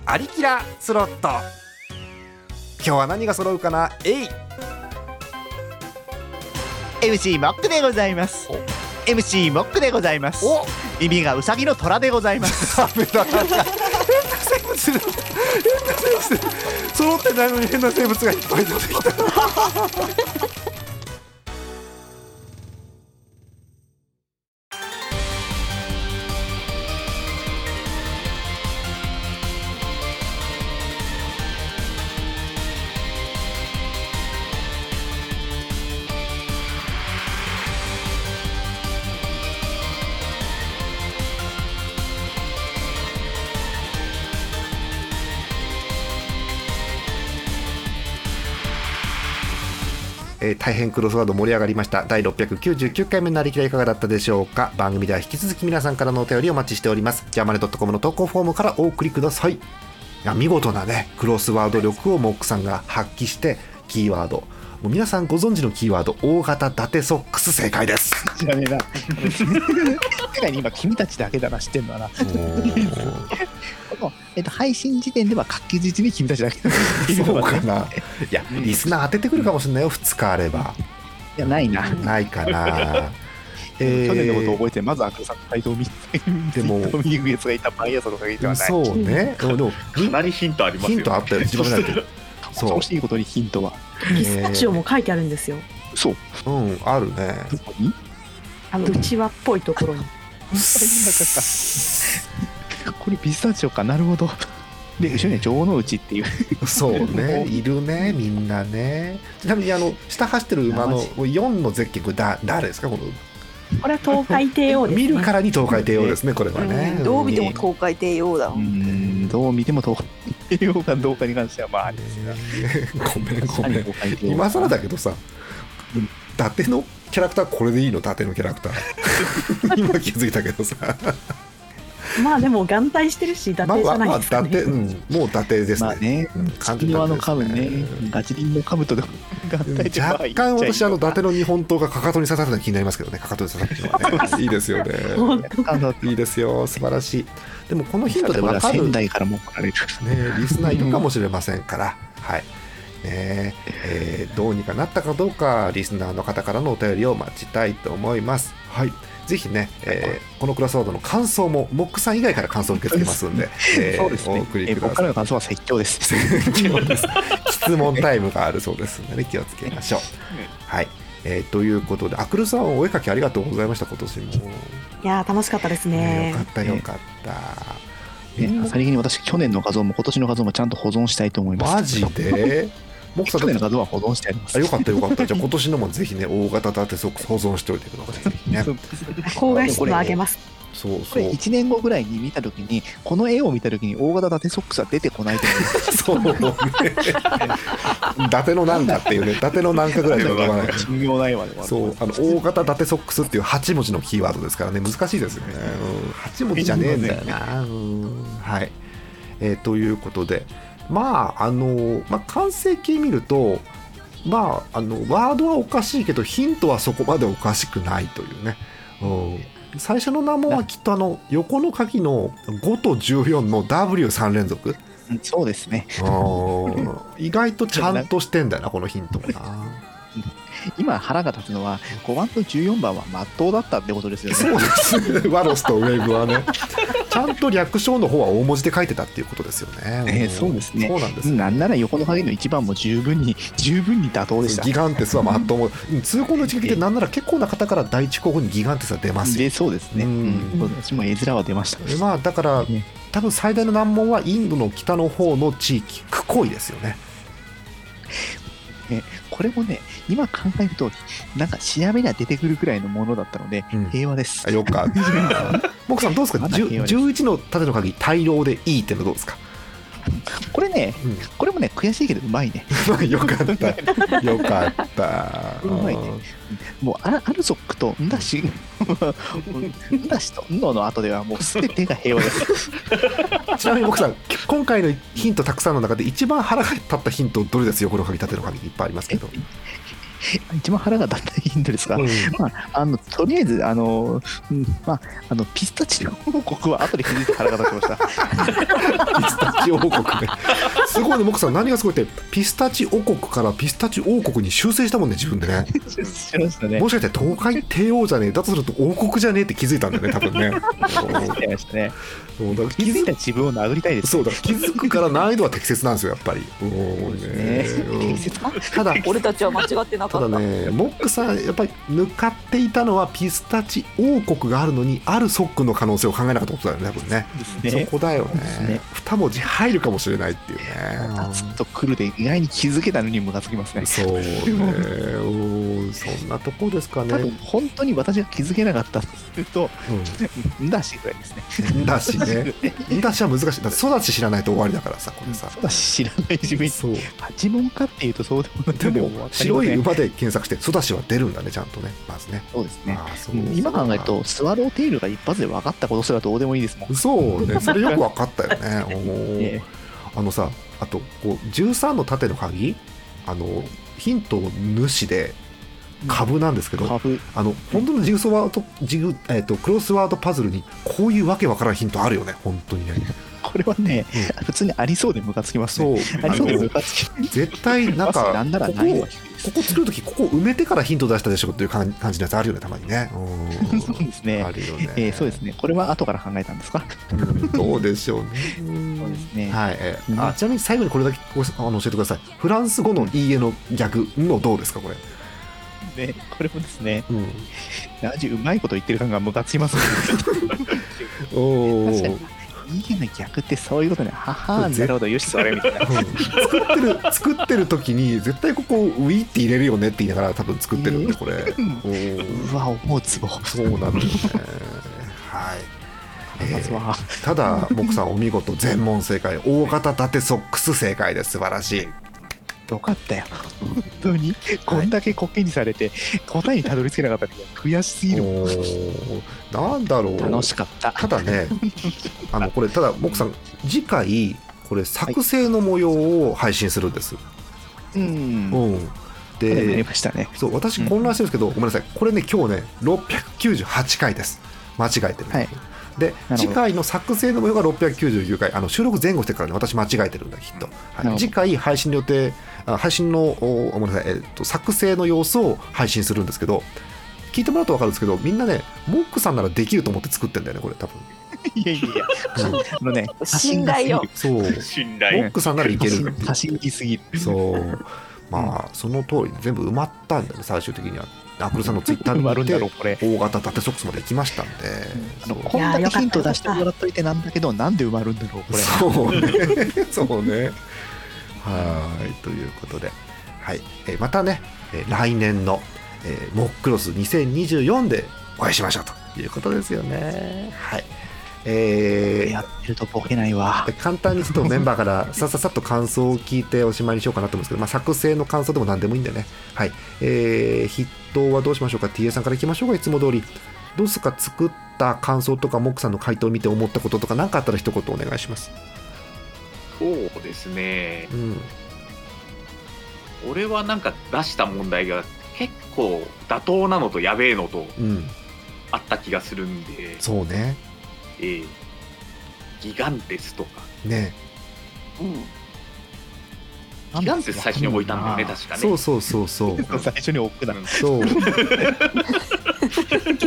Speaker 9: アリキラスロット今日は何が揃うかなえい
Speaker 4: MC モックでございます。MC モックでございます。耳がウサギの虎でございます。
Speaker 1: 変な生物だ変な生物だ揃ってないのに変な生物がいっぱい出てきた えー大変クロスワード盛り上がりました第699回目のなりきらいかがだったでしょうか番組では引き続き皆さんからのお便りをお待ちしておりますジャマネドットコムの投稿フォームからお送りくださいいや見事なねクロスワード力をモックさんが発揮してキーワードもう皆さんご存知のキーワード大型伊達ソックス正解です
Speaker 4: 知らねえ な。世界に今君たちだけだな、知ってんのはな。このえっと、配信時点では確実に君たちだけだな。
Speaker 1: そう かないやリスナー当ててくるかもしれないよ2日あれば
Speaker 4: いや、ないな。
Speaker 1: ないかなえー
Speaker 4: 去年のことを覚えて、まずアクロさんの回答を見て、
Speaker 1: で も
Speaker 4: 見に行くやつがいたパン屋さんの限りではない。
Speaker 1: そうねでもでも
Speaker 8: かなりヒントあります
Speaker 1: ヒ
Speaker 8: よ
Speaker 1: ントあったよ自分だけそう
Speaker 4: 恐ろしいことにヒントは。
Speaker 5: ピスタチオも書いてあるんですよ。
Speaker 4: そう。
Speaker 1: うんあるね
Speaker 4: どこに
Speaker 5: あのうちわっぽいところに。
Speaker 4: これピスタチオかなるほどで後ろには女王のうちっていう
Speaker 1: そうねいるねみんなねちなみにあの下走ってる馬の
Speaker 4: 生地
Speaker 1: 4のゼッケンこれだ誰ですかこの
Speaker 5: これは東海帝王です、ね、
Speaker 1: 見るからに東海帝王ですねこれはね、
Speaker 2: うんどう見ても東海帝王だも
Speaker 4: うんんどう見ても 東海帝王かどうかに関してはまああれですが
Speaker 1: ごめんごめん
Speaker 4: 東海帝王
Speaker 1: 今更だけどさ伊達のキャラクターこれでいいの伊達のキャラクター今気づいたけどさ
Speaker 5: まあでも眼帯してるし伊達
Speaker 1: まあ
Speaker 5: じ
Speaker 1: ま
Speaker 5: ゃ
Speaker 1: あ
Speaker 5: ない
Speaker 1: まあ伊
Speaker 5: ですか、ね
Speaker 1: 達、うん、もう伊達ですね,、
Speaker 4: まあね
Speaker 1: うん、
Speaker 4: 地
Speaker 1: 完
Speaker 4: 球
Speaker 1: 全に伊
Speaker 4: のあ
Speaker 1: 達で
Speaker 4: の
Speaker 1: す
Speaker 4: 兜ねガチリンの兜と合体で
Speaker 1: 若干私あの伊達の日本刀がかかとに刺さったの気になりますけ どねかかとに刺さったのはねいいですよね
Speaker 5: 本
Speaker 4: あの
Speaker 1: いいですよ素晴らしいでもこのヒントでわかる
Speaker 4: 仙
Speaker 1: ね
Speaker 4: 台からも来られる
Speaker 1: リスナーいるかもしれませんからはいねええーどうにかなったかどうかリスナーの方からのお便りを待ちたいと思いますはいぜひね、えーこのクラスワードの感想もモックさん以外から感想を受け付けますんで、えー
Speaker 4: そうですね
Speaker 1: お送り
Speaker 4: え
Speaker 1: くださ
Speaker 4: 僕か
Speaker 1: い
Speaker 4: らの感想は説教です
Speaker 1: 質問タイムがあるそうですので、ね、気をつけましょう。はい、えーということで、アクルさん、お絵かきありがとうございました、今年も。
Speaker 5: いやー楽しかったです
Speaker 1: ね
Speaker 5: ね
Speaker 1: よかった、よかった。
Speaker 4: ねさりげに私去年の画像も今年の画像もちゃんと保存したいと思います
Speaker 1: マジでモクさん
Speaker 4: 去年の画像は保存してあります
Speaker 1: あよかったよかった。じゃあ今年のもぜひね、大型だって保存しておいてくださいね。
Speaker 5: 高画質も上げます
Speaker 1: そう
Speaker 4: こ
Speaker 1: そ
Speaker 4: れ
Speaker 1: う。
Speaker 4: 1年後ぐらいに見たときにこの絵を見たときに大型縦ソックスは出てこないと思います
Speaker 1: そうね。伊達のなんかっていうね、伊達のなんかぐらいしか浮かばないから。
Speaker 4: 神妙な絵まで
Speaker 1: そうあの大型伊達ソックスっていう8文字のキーワードですからね難しいですよね、うん、8文字じゃねえんだよな、うんはい、えーということでまああの、まあ、完成形見るとまああのワードはおかしいけどヒントはそこまでおかしくないというね、うん、最初の難問はきっとあの横の鍵の5と14の W3 連続
Speaker 4: うんそうですね
Speaker 1: うん 意外とちゃんとしてんだよなこのヒントもな。
Speaker 4: 今腹が立つのは5番と14番は真っ当だったってことですよ
Speaker 1: そう
Speaker 4: ね
Speaker 1: です。ワロスとウェーブはね。ちゃんと略称の方は大文字で書いてたっていうことですよね。
Speaker 4: ええそうですね
Speaker 1: そうなんです
Speaker 4: う
Speaker 1: よ。
Speaker 4: んなんなら横の影の1番も十分に十分に妥当でした
Speaker 1: ギガンテスはまっとも、うん通行の一撃でなんなら結構な方から第一候補にギガンテスは出ますよ。
Speaker 4: でそうですね、
Speaker 1: う
Speaker 4: うんん私も絵面は出ました、
Speaker 1: でまあだから
Speaker 4: ね
Speaker 1: 多分最大の難問はインドの北の方の地域クコイですよね。
Speaker 4: これもね今考えるとなんか調べが出てくるくらいのものだったので
Speaker 1: うん
Speaker 4: 平和です、
Speaker 1: あよかった。 僕さんどうですか。
Speaker 4: まだ
Speaker 1: 十
Speaker 4: 平和です
Speaker 1: 11の縦の鍵大量でいいってのどうですか。
Speaker 4: これね
Speaker 1: うん
Speaker 4: これもね悔しいけどうまいね
Speaker 1: よかった。 よかった。
Speaker 4: うまいねもうアラアルソックとんだしんだしとんのの後ではもうすべてが平和です
Speaker 1: ちなみに僕さん、今回のヒントたくさんの中で一番腹が立ったヒントどれですよ、この鍵縦の鍵いっぱいありますけど。
Speaker 4: 一番腹が立ったヒントですが、まあ、あのとりあえずあの、うんまあ、あのピスタチオ王国は後で気づいて腹が立ちました
Speaker 1: ピスタチオ王国ね。すごいね、僕さん、何がすごいって、ピスタチ王国からピスタチ王国に修正したもんね、自分でね。
Speaker 4: しました ね
Speaker 1: もしかして東海帝王じゃねえ、だとすると王国じゃねえって気づいたんだよね、多分ね。
Speaker 4: しちゃいましたね
Speaker 1: うんだから
Speaker 4: 気
Speaker 1: 気
Speaker 4: づい
Speaker 1: づ
Speaker 4: た自分を殴りたいです
Speaker 1: そうだ気づくから難易度は適切なんですよ、やっぱり。うんね
Speaker 4: ね
Speaker 1: うん
Speaker 4: 適切か
Speaker 1: ただ、
Speaker 2: 俺たちは間違ってな
Speaker 1: た
Speaker 2: か
Speaker 1: だ
Speaker 2: った
Speaker 1: ね、モックさん、やっぱり向かっていたのはピスタチ王国があるのに、あるソックの可能性を考えなかったことだよね、多分ね。
Speaker 4: ですね
Speaker 1: そこだよ
Speaker 4: です
Speaker 1: ね
Speaker 4: ね。
Speaker 1: 二文字入るかもしれないっていうね。
Speaker 4: ガツッと来るで意外に気づけたのにムカつきますね
Speaker 1: そうね。うんそんなとこですかね
Speaker 4: 多。分本当に私が気づけなかったとするとんだしぐらいですね
Speaker 1: うんだしね。だしは難しい。だって育ち知らないと終わりだからさ、これさ。
Speaker 4: そうだし知らない自分
Speaker 1: そう。
Speaker 4: 八問かっていうとそうでもない
Speaker 1: で
Speaker 4: の
Speaker 1: も
Speaker 4: わ、かりま
Speaker 1: 白
Speaker 4: せん
Speaker 1: い馬で検索して、育ちは出るんだね、ちゃんとね。まずね。
Speaker 4: そうですね
Speaker 1: あーそう
Speaker 4: うん今考えるとスワローテールが一発で分かったことすらどうでもいいですもん
Speaker 1: そう ね、それよくわかったよね。おー
Speaker 4: ね
Speaker 1: あのさ、あとこう13の縦の鍵、あのヒント主で株なんですけど、
Speaker 4: 株
Speaker 1: あの本当のジグソーワードジグえっ、とクロスワードパズルにこういうわけわからんヒントあるよね、本当に ね。
Speaker 4: これはね、普通にありそうでムカつきますね
Speaker 1: そう、
Speaker 4: あ
Speaker 1: あ
Speaker 4: りそうで
Speaker 1: の
Speaker 4: ムカつき
Speaker 1: 絶対 なん
Speaker 4: ま
Speaker 1: か
Speaker 4: あなんなら
Speaker 1: こ
Speaker 4: ない
Speaker 1: こ
Speaker 4: わ低いです
Speaker 1: ここ作るときここ埋めてからヒント出したでしょっていう感感じのやつあるよね、たまにね。うん
Speaker 4: そうですね
Speaker 1: あるよね。
Speaker 4: えーそうですねこれは後から考えたんですか
Speaker 1: うんどうでしょうね。
Speaker 4: そうですね
Speaker 1: はい、えー
Speaker 4: うん
Speaker 1: あちなみに最後にこれだけごあの教えてください。フランス語の「いいえ」の逆のどうですかこれ。
Speaker 4: ねこれもですね
Speaker 1: うん、
Speaker 4: ラジうまいこと言ってる感がムカつきますね
Speaker 1: お
Speaker 4: 確か
Speaker 1: ー
Speaker 4: に家の逆ってそういうことね。はは
Speaker 1: そう
Speaker 4: なるほど、よし、それみたいな。
Speaker 1: 作ってる作ってる時に絶対ここウィって入れるよねって言いながら多分作ってるんでこれおー
Speaker 4: うわ、思うつぼ。
Speaker 1: そうなんですねはい
Speaker 4: まずは、
Speaker 1: ただ僕さんお見事全問正解大型縦ソックス正解です素晴らしい
Speaker 4: よかったよ。本当に、こんだけコケにされて、答えにたどり着けなかったって悔しすぎるもん。
Speaker 1: おーなんだろう
Speaker 4: 楽しかった。
Speaker 1: ただ ねあのこれただ僕さん次回これ作成の模様を配信するんです、
Speaker 4: うん。
Speaker 1: うん
Speaker 4: えなり
Speaker 1: で
Speaker 4: ましたね。
Speaker 1: そう私混乱してるんですけど、ごめんなさいこれね今日ね698回です間違えてる、
Speaker 4: はい
Speaker 1: で
Speaker 4: ほど
Speaker 1: 次回の作成の模様が699回あの収録前後してからね私間違えてるんだきっと、は
Speaker 4: なるほ
Speaker 1: い、
Speaker 4: ど
Speaker 1: 次回配信の予定あ配信のおごめんなさい、えっと、作成の様子を配信するんですけど聞いてもらうと分かるんですけどみんなねモックさんならできると思って作ってんだよねこれ多分
Speaker 4: いやいやいや、 あのね、
Speaker 2: 信頼よ
Speaker 1: そう
Speaker 8: 信
Speaker 1: モ
Speaker 8: 頼。
Speaker 1: ックさんならいけるっていう
Speaker 4: 写真ぎすぎる。
Speaker 1: そうまあその通り全部埋まったんだね最終的にはアクルさんのツイッター
Speaker 4: 埋
Speaker 1: に
Speaker 4: ま
Speaker 1: 見
Speaker 4: るんだろう、
Speaker 1: て
Speaker 4: これ。
Speaker 1: 大型縦ソックスまで行きましたんで、
Speaker 4: あの
Speaker 1: そう
Speaker 4: こんだけヒント出してもらっといてなんだけど、なんで埋まるんだろう、これ。
Speaker 1: そうね。そうね。はい。ということで、はい。えーまたね、えー来年の、えーモックロス2024でお会いしましょうということですよね。はい。えー
Speaker 4: やってるとボケないわ。
Speaker 1: 簡単にちょっとメンバーからさっささっと感想を聞いておしまいにしようかなと思うんですけど、まあ、作成の感想でも何でもいいんでね、はいえー、筆頭はどうしましょうか TA さんからいきましょうかいつも通りどうですか作った感想とかモックさんの回答を見て思ったこととか何かあったら一言お願いします、
Speaker 8: そうですね。
Speaker 1: うん、
Speaker 8: 俺はなんか出した問題が結構妥当なのとやべえのと
Speaker 1: うん、
Speaker 8: あった気がするんで、
Speaker 1: そうね
Speaker 8: えーギガンテスとか。
Speaker 1: ね
Speaker 8: ギガンテス最初に置いたんだよね、確かね。
Speaker 1: そうそうそう そう
Speaker 8: かに
Speaker 4: 最初に置くな。
Speaker 1: そう
Speaker 2: うん。ギ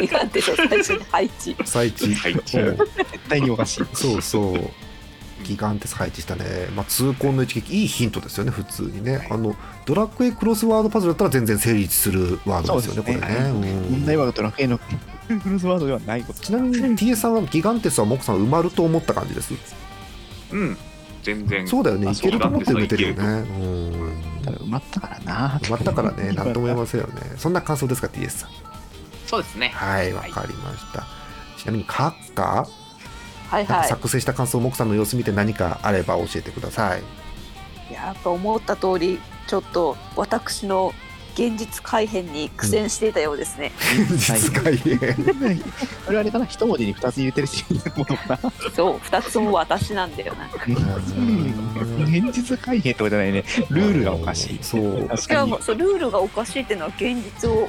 Speaker 2: ガンテスを最初に配置。
Speaker 1: 最地
Speaker 8: 配置
Speaker 1: うん
Speaker 4: 絶対におかしい。
Speaker 1: そうそうギガンテス配置したね、まあ、痛恨の一撃いいヒントですよね普通にね、あのドラクエクロスワードパズルだったら全然成立するワードですよね
Speaker 4: そうです
Speaker 1: こ
Speaker 4: ね
Speaker 1: れね、うん
Speaker 4: 問題はドラクエのクロスワードではないこと。
Speaker 1: ちなみに TA さんはギガンテスはモクさん埋まると思った感じです
Speaker 8: うん。全然。
Speaker 1: そうだよね
Speaker 8: あ
Speaker 1: いけると思って埋めてるよ
Speaker 8: そう
Speaker 1: ねうん
Speaker 4: ただ埋まったからな。
Speaker 1: 埋まったから ね何とも言えませんよねそんな感想ですか TA さん
Speaker 8: そうですね。
Speaker 1: はいわかりました、ちなみにカッカ
Speaker 2: はい
Speaker 1: なんか
Speaker 2: はい。
Speaker 1: 作成した感想、モクさんの様子見て何かあれば教えてください。
Speaker 2: やっぱ思った通りちょっと私の現実改変に苦戦していたようですね、
Speaker 1: 実改変。
Speaker 4: これあれかな、一文字に二つ入れてるし、ものかな。
Speaker 2: そう2つも私なんだよな
Speaker 4: 現実改変とかじゃないね。ルールがおかしい。
Speaker 1: そう。
Speaker 4: 確
Speaker 2: しか
Speaker 4: かに
Speaker 2: も。そうルールがおかしいっていうのは現実を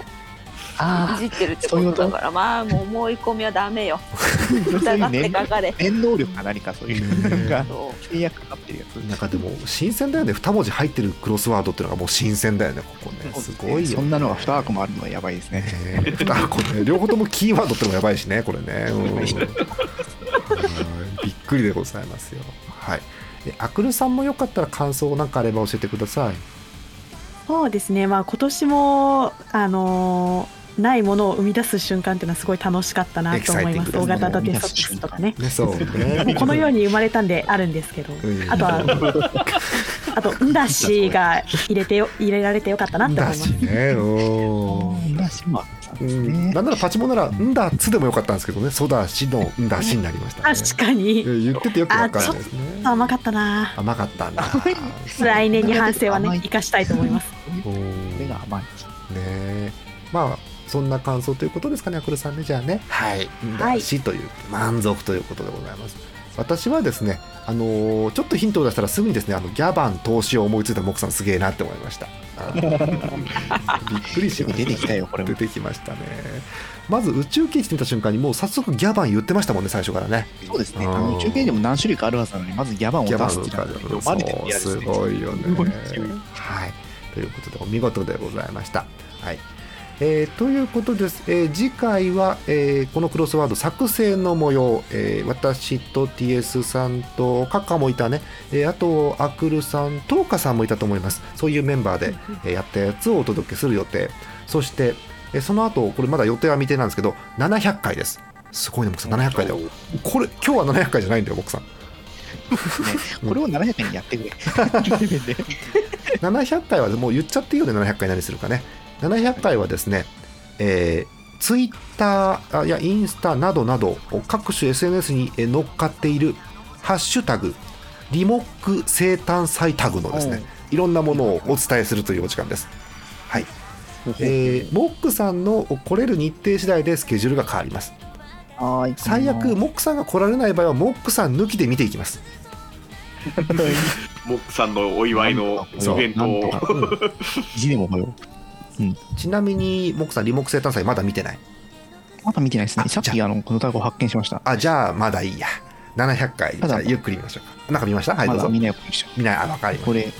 Speaker 2: い
Speaker 4: あ
Speaker 2: じってるってことだからまあもう思い込みはダメよ
Speaker 4: あ、そうい
Speaker 2: 疑
Speaker 4: う
Speaker 2: って
Speaker 4: 念
Speaker 2: かかれ
Speaker 4: 念能力か何かそういう。なんか、
Speaker 2: そ
Speaker 4: 契約かかってるやつ。
Speaker 1: なんかでも新鮮だよね2文字入ってるクロスワードっていうのがもう新鮮だよねここねすごいよ
Speaker 4: そんなのが2箱もあるのはやばいですね。
Speaker 1: ね2個ね両方ともキーワードってのもやばいしねこれねうんはいびっくりでございますよはいでアクルさんもよかったら感想なんかあれば教えてください
Speaker 5: そうですね、まあ、今年も、あのーないものを生み出す瞬間っていうのはすごい楽しかったなと思います。
Speaker 1: エキサイティング
Speaker 5: 大
Speaker 1: ですね
Speaker 5: 型立てソックスとかね。
Speaker 1: ねそう
Speaker 5: も
Speaker 1: ね
Speaker 5: うこのように生まれたんであるんですけど、
Speaker 1: うん
Speaker 5: あとは、あと、んだしが入れ てよ入れられてよかったなって思い
Speaker 1: だ
Speaker 5: ま
Speaker 1: し
Speaker 5: す。
Speaker 1: ねおー
Speaker 4: そんな島さんで
Speaker 1: う
Speaker 4: す
Speaker 1: ん、
Speaker 4: ね
Speaker 1: な。んならパチモンなら「んだ」「つ」でもよかったんですけどね「そだし」の「んだし」になりました、ね、
Speaker 5: 確かに、
Speaker 1: え言っててよくわかんないですね
Speaker 5: 甘かったな。
Speaker 1: 甘かった な
Speaker 5: 来年に反省は
Speaker 4: 甘
Speaker 5: ね、
Speaker 4: い
Speaker 5: 生かしたいと思います。
Speaker 1: おー
Speaker 4: 目が
Speaker 1: ね
Speaker 4: 甘い。
Speaker 1: えまあそんな感想ということですかねアクルさんねじゃあねはい
Speaker 5: はい
Speaker 1: だしという満足ということでございます私はですね、あのーちょっとヒントを出したらすぐにですねあのギャバン投資を思いついたモクさんすげえなって思いま したあーびっくりしました
Speaker 4: 出てきたよこれも
Speaker 1: 出てきましたねまず宇宙刑事見た瞬間にもう早速ギャバン言ってましたもんね最初からね
Speaker 4: そうですね。
Speaker 1: うん
Speaker 4: あの中継でも何種類かあるはずなのに、まず野蛮を
Speaker 1: ギャバ
Speaker 4: 出
Speaker 1: ン
Speaker 4: すっていうのは
Speaker 1: そう
Speaker 4: マジで嫌です
Speaker 1: す
Speaker 4: ね。
Speaker 1: ごいよね
Speaker 4: すごい勢い。
Speaker 1: はい、ということでお見事でございました。はいえーということです、えー次回は、えーこのクロスワード作成の模様、えー私と TS さんとカッカもいたね、えーあとアクルさんトーカさんもいたと思いますそういうメンバーで、えーやったやつをお届けする予定そして、えーその後これまだ予定は未定なんですけど700回ですすごいね僕さん700回だよこれ今日は700回じゃないんだよ僕さん
Speaker 4: これを700回にやってくれ。レベルで
Speaker 1: 700回はもう言っちゃっていいよね700回何するかね700回はですね、えー、ツイッターあいやインスタなどなど各種 SNS にえー乗っかっている「ハッシュタグリモック生誕祭タグ」のですねいろんなものをお伝えするというお時間ですはい、えー、モックさんの来れる日程次第でスケジュールが変わります
Speaker 4: はーい
Speaker 1: 最悪モックさんが来られない場合はモックさん抜きで見ていき ます
Speaker 8: モックさんのお祝いのイベント
Speaker 4: なん
Speaker 8: を
Speaker 4: とかうん意地でも来よ。
Speaker 1: ちなみにモックさんリモック生誕祭まだ見てないう
Speaker 4: まだ見てないですね。
Speaker 1: あ
Speaker 4: さっ
Speaker 1: じ
Speaker 4: きあのこのタグを発見しました。
Speaker 1: あじゃあまだいいや700回
Speaker 4: ただ
Speaker 1: じゃあゆっくり見ましょうかなんか見ましたはいど
Speaker 4: ま
Speaker 1: う
Speaker 4: だ
Speaker 1: ぞ
Speaker 4: 見ないことにしちゃ
Speaker 1: 見ないあ分かり
Speaker 4: う。
Speaker 1: ま
Speaker 4: これ。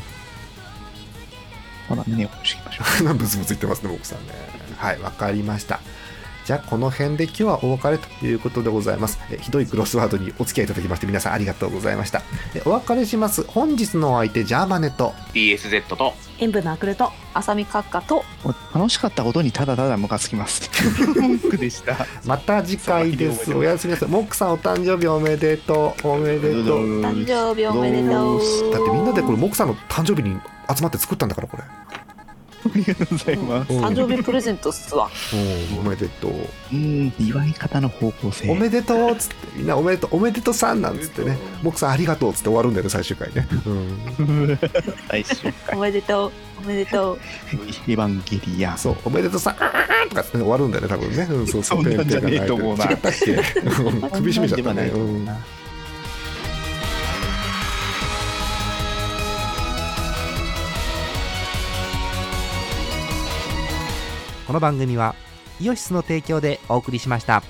Speaker 4: まだ見ないことにしていきましょ
Speaker 1: した ブツブツ言ってますね僕さんねはい分かりましたじゃあこの辺で今日はお別れということでございますえひどいクロスワードにお付き合いいただきまして皆さんありがとうございましたえお別れします本日のお相手ジャーマネと
Speaker 8: DSZ と
Speaker 5: 塩分のアクルト
Speaker 2: 浅見閣下と
Speaker 4: う。楽しかったことにただただムカつきます。文句でした。
Speaker 1: また次回ですおやすみなさいモックさんお誕生日おめでとうおめでとう
Speaker 2: 誕生日おめでとう
Speaker 1: だってみんなでこれモックさんの誕生日に集まって作ったんだからこれ
Speaker 4: ありがとうございます。
Speaker 1: うん
Speaker 2: 誕生日プレゼントっすわ
Speaker 1: おめでとう
Speaker 4: うん、祝い方の方向性。
Speaker 1: おめでとうっつってみんなおめでとうおめでとうさんなんつってねモックさんありがとうっつって終わるんだよね最終回ね、うん
Speaker 4: 最 終
Speaker 2: おめでとうおめでとう
Speaker 4: エヴァンゲリアン。
Speaker 1: そう、おめでとうさん、とかってね終わるんだよね、多分ね。うん、そう
Speaker 4: そんなんじゃねえと思うな
Speaker 1: 違ったっけうん首絞めちゃったね。
Speaker 4: そ
Speaker 1: うんん
Speaker 4: なんではない
Speaker 9: この番組はイオシスの提供でお送りしました